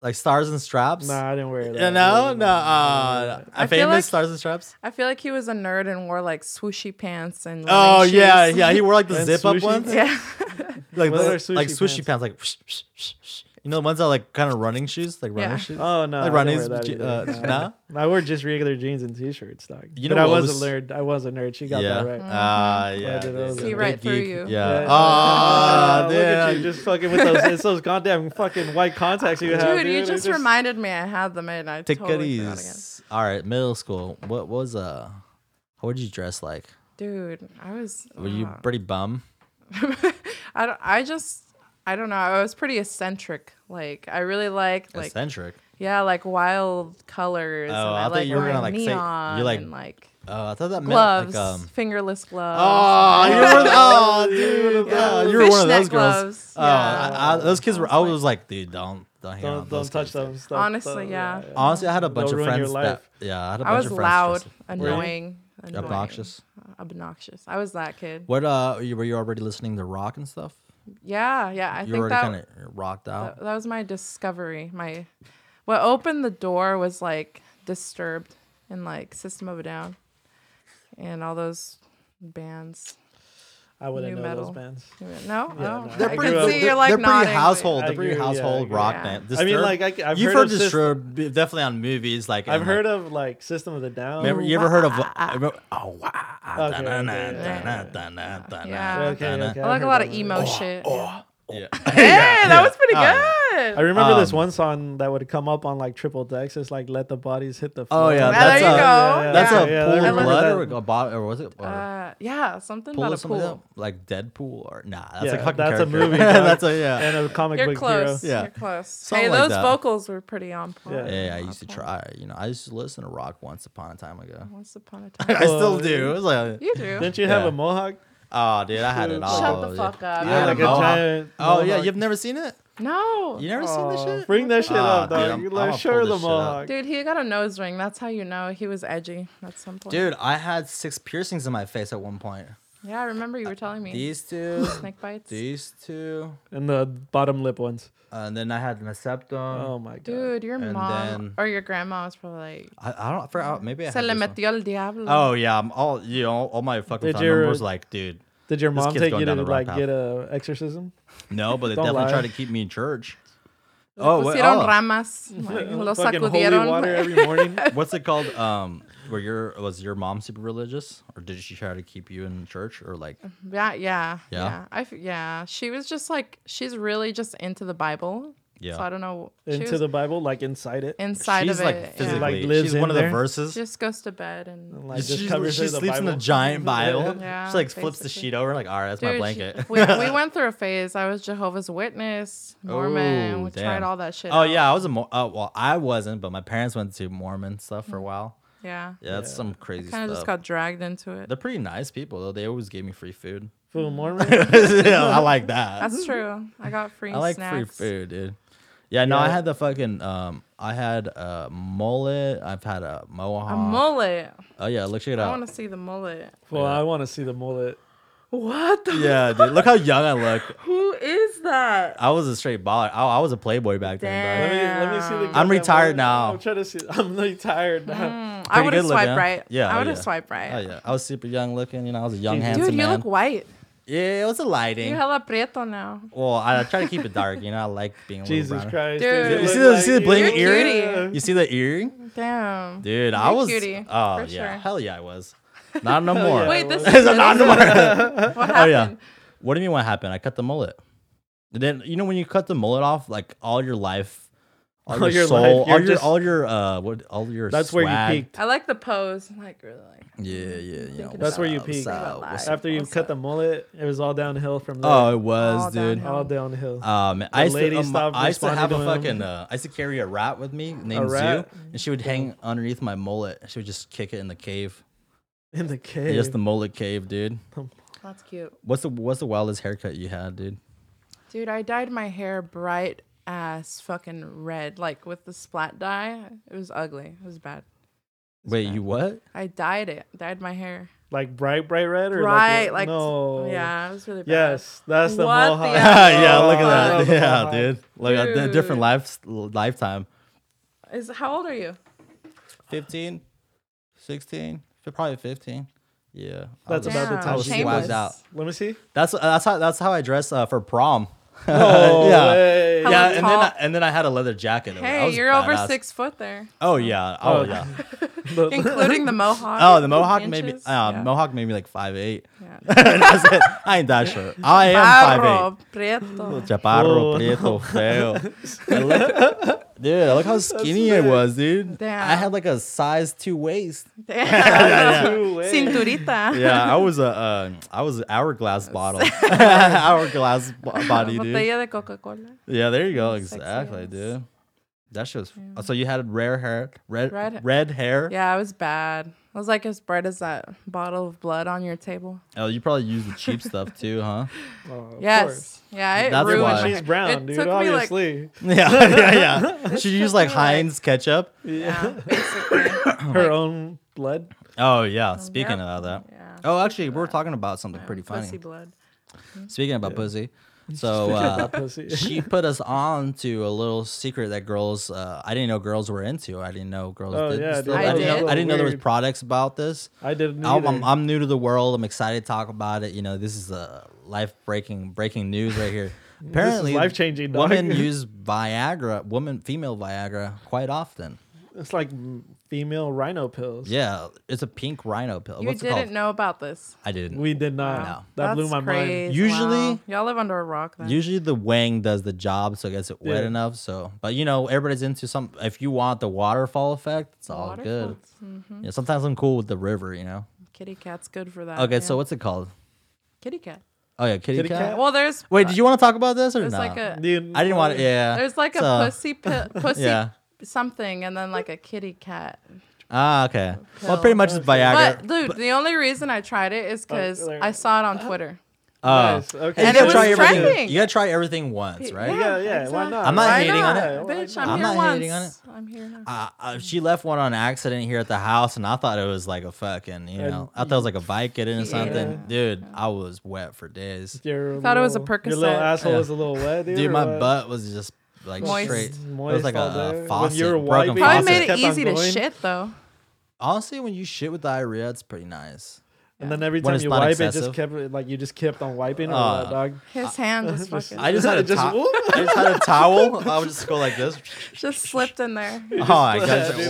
Speaker 4: like stars and straps.
Speaker 1: Nah, I didn't wear that.
Speaker 4: Yeah, no,
Speaker 1: Really,
Speaker 4: no. Uh,
Speaker 3: I feel
Speaker 4: famous
Speaker 3: like-
Speaker 4: stars and straps.
Speaker 3: I feel like he was a nerd and wore like swooshy pants and.
Speaker 4: Oh
Speaker 3: running
Speaker 4: yeah,
Speaker 3: shoes.
Speaker 4: yeah. He wore like the
Speaker 1: And
Speaker 4: zip up
Speaker 1: swooshy?
Speaker 4: ones.
Speaker 3: yeah.
Speaker 4: like
Speaker 1: What
Speaker 4: the-
Speaker 1: are sushi
Speaker 4: like sushi
Speaker 1: pants?
Speaker 4: pants, like you know the ones that are like kind of running shoes, like running
Speaker 3: Yeah.
Speaker 4: shoes.
Speaker 1: Oh no,
Speaker 4: Like
Speaker 1: I didn't wear
Speaker 4: Ronnie's
Speaker 1: that
Speaker 4: j-
Speaker 1: either.
Speaker 4: uh,
Speaker 1: Nah. I wore just regular jeans and t-shirts, dog.
Speaker 4: You
Speaker 1: but
Speaker 4: know
Speaker 1: I
Speaker 4: what
Speaker 1: was,
Speaker 4: was-
Speaker 1: a nerd. I was a nerd. She got
Speaker 4: yeah.
Speaker 1: that right. Mm-hmm.
Speaker 4: Ah, yeah.
Speaker 1: did
Speaker 4: yeah,
Speaker 1: those.
Speaker 4: yeah.
Speaker 1: See
Speaker 3: right
Speaker 4: Big
Speaker 3: through
Speaker 4: geek,
Speaker 3: you.
Speaker 4: Yeah.
Speaker 1: Yeah.
Speaker 4: Ah,
Speaker 1: Ah, look at you,
Speaker 4: damn.
Speaker 1: just fucking with those. It's those goddamn fucking white contacts you have,
Speaker 3: Dude,
Speaker 1: dude.
Speaker 3: you
Speaker 1: It
Speaker 3: just, reminded me I had them and I
Speaker 4: Take
Speaker 3: totally forgot again.
Speaker 4: goodies. All right, middle school. What was uh? How would you dress like?
Speaker 3: Dude, I was.
Speaker 4: Were you
Speaker 3: uh,
Speaker 4: pretty bum?
Speaker 3: I don't. I just. I don't know. I was pretty eccentric. Like I really like like
Speaker 4: Eccentric.
Speaker 3: yeah like wild colors.
Speaker 4: Oh,
Speaker 3: and I,
Speaker 4: I thought
Speaker 3: like
Speaker 4: you were gonna, like,
Speaker 3: wearing
Speaker 4: say-
Speaker 3: neon
Speaker 4: you like
Speaker 3: and, like
Speaker 4: Oh, I thought that
Speaker 3: gloves,
Speaker 4: meant like um.
Speaker 3: fingerless gloves.
Speaker 4: Oh, you were oh, dude,
Speaker 3: Yeah.
Speaker 4: oh, you were one of
Speaker 3: Fishnet
Speaker 4: those girls.
Speaker 3: gloves,
Speaker 4: Oh,
Speaker 3: yeah.
Speaker 4: I, I, those kids were. I was like, dude, don't, don't, hang out
Speaker 1: Don't
Speaker 4: with
Speaker 1: don't
Speaker 4: those
Speaker 1: touch
Speaker 4: kids.
Speaker 1: them. Stop-
Speaker 3: Honestly,
Speaker 1: stop.
Speaker 3: yeah.
Speaker 4: Honestly, I had a bunch of
Speaker 1: ruin your
Speaker 4: friends that.
Speaker 1: life.
Speaker 4: Yeah, I had a bunch
Speaker 3: I was
Speaker 4: of friends
Speaker 3: loud,
Speaker 4: dressed-
Speaker 3: annoying, annoying,
Speaker 4: obnoxious.
Speaker 3: obnoxious. I was that kid.
Speaker 4: What uh, you- were you already listening to rock and stuff?
Speaker 3: Yeah, yeah. I
Speaker 4: you
Speaker 3: think
Speaker 4: already
Speaker 3: that
Speaker 4: kind of rocked out.
Speaker 3: that, that was my discovery. My what opened the door was like Disturbed and like System of a Down, and all those bands.
Speaker 1: I wouldn't
Speaker 3: New
Speaker 1: know
Speaker 3: metal.
Speaker 1: those bands.
Speaker 3: No, no.
Speaker 1: no. They're
Speaker 3: I
Speaker 1: pretty-
Speaker 3: can see
Speaker 1: they're-
Speaker 3: you're like
Speaker 4: they're
Speaker 3: nodding.
Speaker 4: pretty household.
Speaker 1: I
Speaker 4: They're pretty
Speaker 1: agree, yeah, I
Speaker 4: household
Speaker 1: agree.
Speaker 4: rock
Speaker 3: Yeah.
Speaker 4: band.
Speaker 1: I mean,
Speaker 4: Disturbed-
Speaker 1: like I, have
Speaker 4: you've
Speaker 1: heard,
Speaker 4: heard,
Speaker 1: of Sys-
Speaker 4: Disturbed b- definitely on movies. Like
Speaker 1: I've
Speaker 4: and,
Speaker 1: heard
Speaker 4: like,
Speaker 1: of like System of the Down.
Speaker 4: Remember, you ever heard of? Oh wow!
Speaker 1: Okay, okay,
Speaker 3: Yeah.
Speaker 1: Okay, okay,
Speaker 3: I like
Speaker 1: heard
Speaker 3: a lot
Speaker 1: that Oh,
Speaker 3: of
Speaker 1: one.
Speaker 3: emo shit.
Speaker 4: Oh, Yeah.
Speaker 3: Hey, that was pretty
Speaker 4: Oh, yeah.
Speaker 1: I
Speaker 3: good.
Speaker 1: remember this
Speaker 4: Um,
Speaker 1: one song that would come up on like Triple Dex. It's like "Let the Bodies Hit the
Speaker 4: Oh
Speaker 1: Floor."
Speaker 4: yeah,
Speaker 3: Well, there
Speaker 4: that's
Speaker 3: you
Speaker 4: a
Speaker 3: go.
Speaker 4: that's
Speaker 3: Yeah.
Speaker 4: a
Speaker 1: Yeah,
Speaker 4: pool
Speaker 1: I
Speaker 4: of
Speaker 1: remember
Speaker 4: blood
Speaker 1: that.
Speaker 4: or a bo- or was it or
Speaker 3: Uh, yeah, something
Speaker 4: pool or
Speaker 3: about a
Speaker 4: something?
Speaker 3: pool.
Speaker 4: Like Deadpool or nah? That's
Speaker 1: Yeah,
Speaker 4: a fucking
Speaker 1: that's a
Speaker 4: character.
Speaker 1: movie, dog.
Speaker 4: that's a yeah.
Speaker 1: and a comic
Speaker 3: You're
Speaker 1: book
Speaker 3: close.
Speaker 1: hero.
Speaker 4: Yeah.
Speaker 3: You're close.
Speaker 4: Something
Speaker 3: hey,
Speaker 4: like
Speaker 3: those
Speaker 4: that.
Speaker 3: vocals were pretty on point.
Speaker 1: Yeah.
Speaker 4: Yeah, I used to try. You know, I used to listen to rock once upon a time ago.
Speaker 3: Once upon a
Speaker 4: I
Speaker 3: time.
Speaker 4: still do. It was like,
Speaker 3: you do.
Speaker 1: Didn't you have
Speaker 4: Yeah.
Speaker 1: a mohawk?
Speaker 4: oh, dude, I had it
Speaker 1: Shut
Speaker 4: all.
Speaker 3: the
Speaker 4: dude.
Speaker 3: fuck up.
Speaker 4: I
Speaker 3: You
Speaker 4: had
Speaker 3: had
Speaker 4: a
Speaker 1: like a
Speaker 4: mohawk.
Speaker 1: giant
Speaker 4: Oh yeah,
Speaker 1: mohawk.
Speaker 4: you've never seen it?
Speaker 3: No.
Speaker 4: You never seen
Speaker 1: Aw,
Speaker 4: this shit?
Speaker 1: Bring that shit
Speaker 4: Ah,
Speaker 1: up,
Speaker 4: dude,
Speaker 1: dog.
Speaker 4: I'm-
Speaker 1: You're
Speaker 4: I'm
Speaker 1: like,
Speaker 4: gonna
Speaker 1: sure
Speaker 4: pull
Speaker 1: the
Speaker 4: this shit up.
Speaker 1: mohawk.
Speaker 3: Dude, he got a nose ring. That's how you know he was edgy at some point.
Speaker 4: Dude, I had six piercings in my face at one point.
Speaker 3: Yeah, I remember you were telling me.
Speaker 4: These two,
Speaker 3: Snake bites.
Speaker 4: these two,
Speaker 1: And the bottom lip ones.
Speaker 4: and then I had my septum.
Speaker 1: Oh my god.
Speaker 3: Dude, your
Speaker 4: And
Speaker 3: mom
Speaker 4: then-
Speaker 3: or your grandma was probably
Speaker 4: I, I don't. I forgot. Maybe I
Speaker 3: like,
Speaker 4: had
Speaker 3: se le
Speaker 4: this one.
Speaker 3: metió el diablo.
Speaker 4: Oh yeah, I'm all you know, all my fucking
Speaker 1: Did
Speaker 4: phone
Speaker 1: your-
Speaker 4: numbers like, dude.
Speaker 1: Did your
Speaker 4: This
Speaker 1: mom
Speaker 4: kid's
Speaker 1: take
Speaker 4: going
Speaker 1: you to
Speaker 4: down the wrong
Speaker 1: like
Speaker 4: path.
Speaker 1: get a exorcism?
Speaker 4: No, but they
Speaker 1: Don't lie.
Speaker 4: definitely tried to keep me in church. Oh, what,
Speaker 3: pusieron
Speaker 4: oh.
Speaker 3: ramas, like, lo
Speaker 1: fucking holy water
Speaker 3: sacudieron.
Speaker 1: every morning.
Speaker 4: what's it called? Um, where your was your mom super religious, or did she try to keep you in church, or like?
Speaker 3: Yeah, yeah,
Speaker 4: Yeah?
Speaker 3: yeah. I f yeah. She was just like she's really just into the Bible.
Speaker 4: Yeah.
Speaker 3: So I don't know. She
Speaker 1: Into
Speaker 3: was
Speaker 1: the Bible, like inside it.
Speaker 3: inside
Speaker 4: she's
Speaker 3: of
Speaker 4: like
Speaker 3: it. yeah.
Speaker 4: physically.
Speaker 1: Like, lives
Speaker 4: she's
Speaker 1: in
Speaker 4: one of
Speaker 1: there?
Speaker 4: the verses.
Speaker 3: She just goes to bed and.
Speaker 1: like
Speaker 4: she
Speaker 1: just covers
Speaker 4: she
Speaker 1: her, the
Speaker 4: sleeps in
Speaker 1: Bible.
Speaker 4: a giant Bible.
Speaker 3: Yeah,
Speaker 4: she like flips the
Speaker 3: basically.
Speaker 4: sheet over, like, all right, that's my
Speaker 3: Dude, she-
Speaker 4: blanket.
Speaker 3: we, we went through a phase. I was Jehovah's Witness, Mormon.
Speaker 4: Oh,
Speaker 3: we
Speaker 4: damn.
Speaker 3: tried all that shit.
Speaker 4: oh
Speaker 3: out.
Speaker 4: yeah, I was a Mo- uh, well, I wasn't, but my parents went to Mormon stuff for a while.
Speaker 3: Yeah.
Speaker 4: Yeah, that's some crazy
Speaker 3: Kind
Speaker 4: stuff.
Speaker 3: of Mm. just got dragged into it.
Speaker 4: They're pretty nice people though. They always gave me free food.
Speaker 1: Full Mormon.
Speaker 4: yeah, I like that.
Speaker 3: That's true. I got free
Speaker 4: I like free
Speaker 3: snacks.
Speaker 4: food, dude. Yeah, no, I
Speaker 1: Yeah.
Speaker 4: had the fucking um, I had a mullet. I've had a mohawk.
Speaker 3: A mullet.
Speaker 4: oh yeah, look check it
Speaker 3: I
Speaker 4: out.
Speaker 3: want to see the mullet.
Speaker 1: well, I want to see the mullet.
Speaker 3: What the?
Speaker 4: Yeah, dude, look how young I look.
Speaker 3: Who is that?
Speaker 4: I was a straight baller. I, I was a playboy back then.
Speaker 1: Let
Speaker 4: Dog.
Speaker 1: me, let me see the.
Speaker 4: I'm
Speaker 1: goddamn
Speaker 4: retired
Speaker 1: mullet.
Speaker 4: now.
Speaker 1: I'm trying to see. I'm retired
Speaker 3: Mm.
Speaker 1: now.
Speaker 3: I would have
Speaker 4: good looking.
Speaker 3: swiped right.
Speaker 4: Yeah,
Speaker 3: I
Speaker 4: oh,
Speaker 3: would have
Speaker 4: yeah.
Speaker 3: swiped right.
Speaker 4: Oh yeah, I was super young looking. You know, I was a young
Speaker 1: Dude,
Speaker 4: handsome
Speaker 3: Dude, you
Speaker 4: man.
Speaker 3: look white.
Speaker 4: yeah, it was a lighting.
Speaker 3: You hella prieto now.
Speaker 4: Well, I try to keep it dark. You know, I like being a little
Speaker 1: Jesus
Speaker 4: browner.
Speaker 1: Christ!
Speaker 3: Dude.
Speaker 1: dude,
Speaker 3: You
Speaker 1: it
Speaker 4: see
Speaker 1: looked
Speaker 4: the- see the
Speaker 1: like-
Speaker 4: blinking
Speaker 1: Yeah.
Speaker 3: earring?
Speaker 4: You see the earring,
Speaker 3: Damn.
Speaker 4: dude? I
Speaker 3: You're a
Speaker 4: was.
Speaker 3: cutie,
Speaker 4: oh
Speaker 3: for
Speaker 4: yeah,
Speaker 3: sure.
Speaker 4: hell yeah, I was. Not no more.
Speaker 3: Wait, this
Speaker 4: It's
Speaker 3: is
Speaker 4: a not no more.
Speaker 3: what
Speaker 4: Oh yeah.
Speaker 3: happened.
Speaker 4: What do you mean? What happened? I cut the mullet. And then you know when you cut the mullet off, like all your life, all,
Speaker 1: All
Speaker 4: your,
Speaker 1: your
Speaker 4: soul,
Speaker 1: life,
Speaker 4: all
Speaker 1: you're
Speaker 4: your
Speaker 1: just-
Speaker 4: all your uh, what all your
Speaker 1: That's where you
Speaker 4: swag.
Speaker 1: peaked.
Speaker 3: I like the pose. I'm like really like.
Speaker 4: Yeah, yeah, yeah. What's
Speaker 1: That's where you
Speaker 4: up, what's
Speaker 1: peaked.
Speaker 4: up, what's up?
Speaker 1: After you cut the mullet, it was all downhill from there.
Speaker 4: Oh, it was,
Speaker 3: All
Speaker 4: dude.
Speaker 3: downhill.
Speaker 1: all downhill.
Speaker 4: Um, I used, to,
Speaker 1: lady
Speaker 4: um,
Speaker 1: stopped
Speaker 4: I used to have
Speaker 1: responding
Speaker 4: a
Speaker 1: to him.
Speaker 4: fucking. Uh, I used to carry a rat with me named Zoo,
Speaker 1: rat?
Speaker 4: and she would hang underneath my mullet. She would just kick it in the cave.
Speaker 1: in the cave.
Speaker 4: Just the mullet cave, dude.
Speaker 3: That's cute,
Speaker 4: What's the What's the wildest haircut you had, dude?
Speaker 3: dude. I dyed my hair bright ass fucking red, like with the splat dye. It was ugly. It was bad.
Speaker 4: Wait, you what?
Speaker 3: I dyed it. Dyed my hair
Speaker 1: like bright, bright red, or
Speaker 3: bright,
Speaker 1: Like,
Speaker 3: like
Speaker 1: no.
Speaker 3: yeah. It was really bad.
Speaker 1: Yes, that's the
Speaker 3: What the
Speaker 1: mohawk.
Speaker 3: Yeah,
Speaker 4: yeah, look
Speaker 1: Oh,
Speaker 4: at that.
Speaker 1: the
Speaker 4: Yeah,
Speaker 1: mohawk.
Speaker 4: dude. Look at that
Speaker 3: Dude.
Speaker 4: different life lifetime.
Speaker 3: Is how old are you?
Speaker 4: 15, 16, fi- probably 15. Yeah. I
Speaker 1: That's
Speaker 4: was-
Speaker 1: about the
Speaker 3: Damn,
Speaker 1: time
Speaker 4: I was
Speaker 1: she
Speaker 4: swagged
Speaker 3: shameless.
Speaker 4: out.
Speaker 1: Let me see.
Speaker 4: That's that's how that's how I dress uh, for prom.
Speaker 1: Oh,
Speaker 4: yeah.
Speaker 1: way.
Speaker 3: How
Speaker 4: Yeah,
Speaker 3: was
Speaker 4: and then I,
Speaker 3: prom?
Speaker 4: and then I had a leather jacket. I
Speaker 3: Hey,
Speaker 4: was
Speaker 3: you're over
Speaker 4: badass.
Speaker 3: six foot there,
Speaker 4: Oh yeah. Oh
Speaker 1: Oh.
Speaker 4: yeah.
Speaker 1: Look,
Speaker 3: including the mohawk.
Speaker 4: Oh, the mohawk made me. Uh,
Speaker 3: inches. Yeah.
Speaker 4: Mohawk made me like five eight.
Speaker 3: Yeah.
Speaker 4: I said, I ain't that sure. I am five eight.
Speaker 3: Barro, Ah, prieto.
Speaker 4: Chaparro,
Speaker 1: Oh.
Speaker 4: prieto, feo. I look- dude, I look how skinny I was, dude.
Speaker 3: Damn.
Speaker 4: I had like a size two waist.
Speaker 1: two ways.
Speaker 3: Cinturita.
Speaker 4: Yeah, I was a, uh, I was an hourglass bottle, hourglass bo- body, dude.
Speaker 3: Botella de Coca-Cola.
Speaker 4: Yeah, there you go,
Speaker 3: Sexy
Speaker 4: exactly,
Speaker 3: ass.
Speaker 4: dude. That shit was. So you had rare hair, red,
Speaker 3: Red-
Speaker 4: red, hair.
Speaker 3: Yeah, it was bad. It was like as bright as that bottle of blood on your table.
Speaker 4: Oh, you probably used the cheap stuff too, huh?
Speaker 1: Oh, of Oh, course.
Speaker 3: yes. Yeah, it
Speaker 4: That's
Speaker 3: ruined
Speaker 4: why.
Speaker 3: my-
Speaker 1: She's brown,
Speaker 3: it
Speaker 1: dude.
Speaker 3: took me, like-
Speaker 1: Obviously,
Speaker 4: Yeah, yeah, yeah. She used like
Speaker 3: me, like-
Speaker 4: Heinz ketchup.
Speaker 3: yeah, basically.
Speaker 1: her own blood.
Speaker 4: Oh yeah. Speaking
Speaker 3: yeah.
Speaker 4: about that.
Speaker 3: Yeah.
Speaker 4: Oh, actually, we we're talking about something pretty funny.
Speaker 3: Pussy blood.
Speaker 4: Speaking about pussy, so uh,
Speaker 1: Pussy.
Speaker 4: she put us on to a little secret that girls. Uh, I didn't know girls were into. I didn't know girls.
Speaker 1: Oh,
Speaker 4: did
Speaker 1: yeah,
Speaker 4: this
Speaker 1: dude,
Speaker 4: stuff.
Speaker 3: that
Speaker 4: I, didn't
Speaker 3: was
Speaker 4: know, I didn't know there was
Speaker 1: weird.
Speaker 4: products about this.
Speaker 1: I didn't.
Speaker 4: I'm, I'm,
Speaker 1: either.
Speaker 4: I'm new to the world. I'm excited to talk about it. You know, this is a life breaking breaking news right here. Apparently,
Speaker 1: life-changing, dog.
Speaker 4: Women use Viagra, women female Viagra, quite often.
Speaker 1: it's like female rhino pills.
Speaker 4: Yeah, it's a pink rhino pill.
Speaker 3: You
Speaker 4: What's it
Speaker 3: didn't
Speaker 4: called?
Speaker 3: know about this.
Speaker 4: I didn't.
Speaker 1: We did not.
Speaker 4: No.
Speaker 1: That blew
Speaker 3: That's
Speaker 1: my mind.
Speaker 3: crazy.
Speaker 4: Usually-
Speaker 3: Wow. y'all live under a rock. Then.
Speaker 4: Usually the wang does the job, so it gets it wet
Speaker 1: Yeah.
Speaker 4: enough. So, but you know, everybody's into some. If you want the waterfall effect, it's all good.
Speaker 3: Waterfalls. Mhm.
Speaker 4: Yeah, sometimes I'm cool with the river, you know.
Speaker 3: Kitty cat's good for that.
Speaker 4: Okay,
Speaker 3: Oh, yeah.
Speaker 4: so what's it called?
Speaker 3: kitty cat?
Speaker 4: Oh yeah, kitty,
Speaker 1: Kitty
Speaker 4: cat?
Speaker 1: cat?
Speaker 3: Well, there's
Speaker 4: Wait, did you want to talk about this or
Speaker 3: there's
Speaker 4: not?
Speaker 3: like a
Speaker 1: Dude,
Speaker 4: I didn't want
Speaker 1: uh,
Speaker 4: to. Yeah.
Speaker 3: there's like a
Speaker 4: so-
Speaker 3: pussy pi- pussy
Speaker 4: Yeah.
Speaker 3: something, and then like a kitty cat.
Speaker 4: Ah, okay. Well,
Speaker 3: pill.
Speaker 4: pretty much it's Viagra.
Speaker 3: But dude, the only reason I tried it is because
Speaker 1: there-
Speaker 3: I saw it on Twitter.
Speaker 4: Oh.
Speaker 1: Nice. Okay.
Speaker 4: Hey,
Speaker 3: And
Speaker 4: you
Speaker 3: it
Speaker 4: gotta
Speaker 3: was
Speaker 4: try everything-
Speaker 3: trending.
Speaker 4: You gotta try everything once, right?
Speaker 1: Yeah, yeah, why not?
Speaker 4: I'm not
Speaker 3: Why
Speaker 4: hating on
Speaker 3: not?
Speaker 1: it.
Speaker 3: Bitch,
Speaker 1: Why not?
Speaker 3: I'm, here
Speaker 4: I'm not
Speaker 3: once.
Speaker 4: hating on it.
Speaker 3: I'm here now.
Speaker 4: Uh, uh, she left one on accident here at the house, and I thought it was like a fucking, you know, I thought it was like a Vicodin or something.
Speaker 1: Yeah.
Speaker 4: Dude, I was wet for days.
Speaker 1: Your
Speaker 3: Thought it was a
Speaker 1: little- Your
Speaker 3: Percocet.
Speaker 1: little asshole
Speaker 4: Yeah.
Speaker 1: was a little wet, dude.
Speaker 4: Dude,
Speaker 1: or
Speaker 4: my
Speaker 1: what?
Speaker 4: butt was just like
Speaker 3: Moist.
Speaker 4: straight. it was
Speaker 1: Moist
Speaker 4: like a
Speaker 1: all
Speaker 4: uh,
Speaker 1: day. When
Speaker 4: faucet,
Speaker 1: you were
Speaker 4: broken
Speaker 1: wiping-
Speaker 3: Probably
Speaker 4: faucet.
Speaker 1: Awesome.
Speaker 3: made it
Speaker 1: Kept on
Speaker 3: easy to
Speaker 1: going.
Speaker 3: shit though.
Speaker 4: Honestly, when you shit with diarrhea, it's pretty nice.
Speaker 1: And then every
Speaker 4: When
Speaker 1: time
Speaker 4: it's
Speaker 1: you
Speaker 4: not
Speaker 1: wipe it,
Speaker 4: excessive.
Speaker 1: just kept like you just kept on wiping. or
Speaker 4: Uh,
Speaker 1: what, dog.
Speaker 3: His hand was fucking
Speaker 4: I
Speaker 3: just,
Speaker 4: just had a
Speaker 1: Just
Speaker 4: to-
Speaker 1: whoop.
Speaker 4: I just had a towel. I would just go like this.
Speaker 3: slipped in there.
Speaker 4: Oh, I got
Speaker 1: Yeah,
Speaker 4: it.
Speaker 1: dude,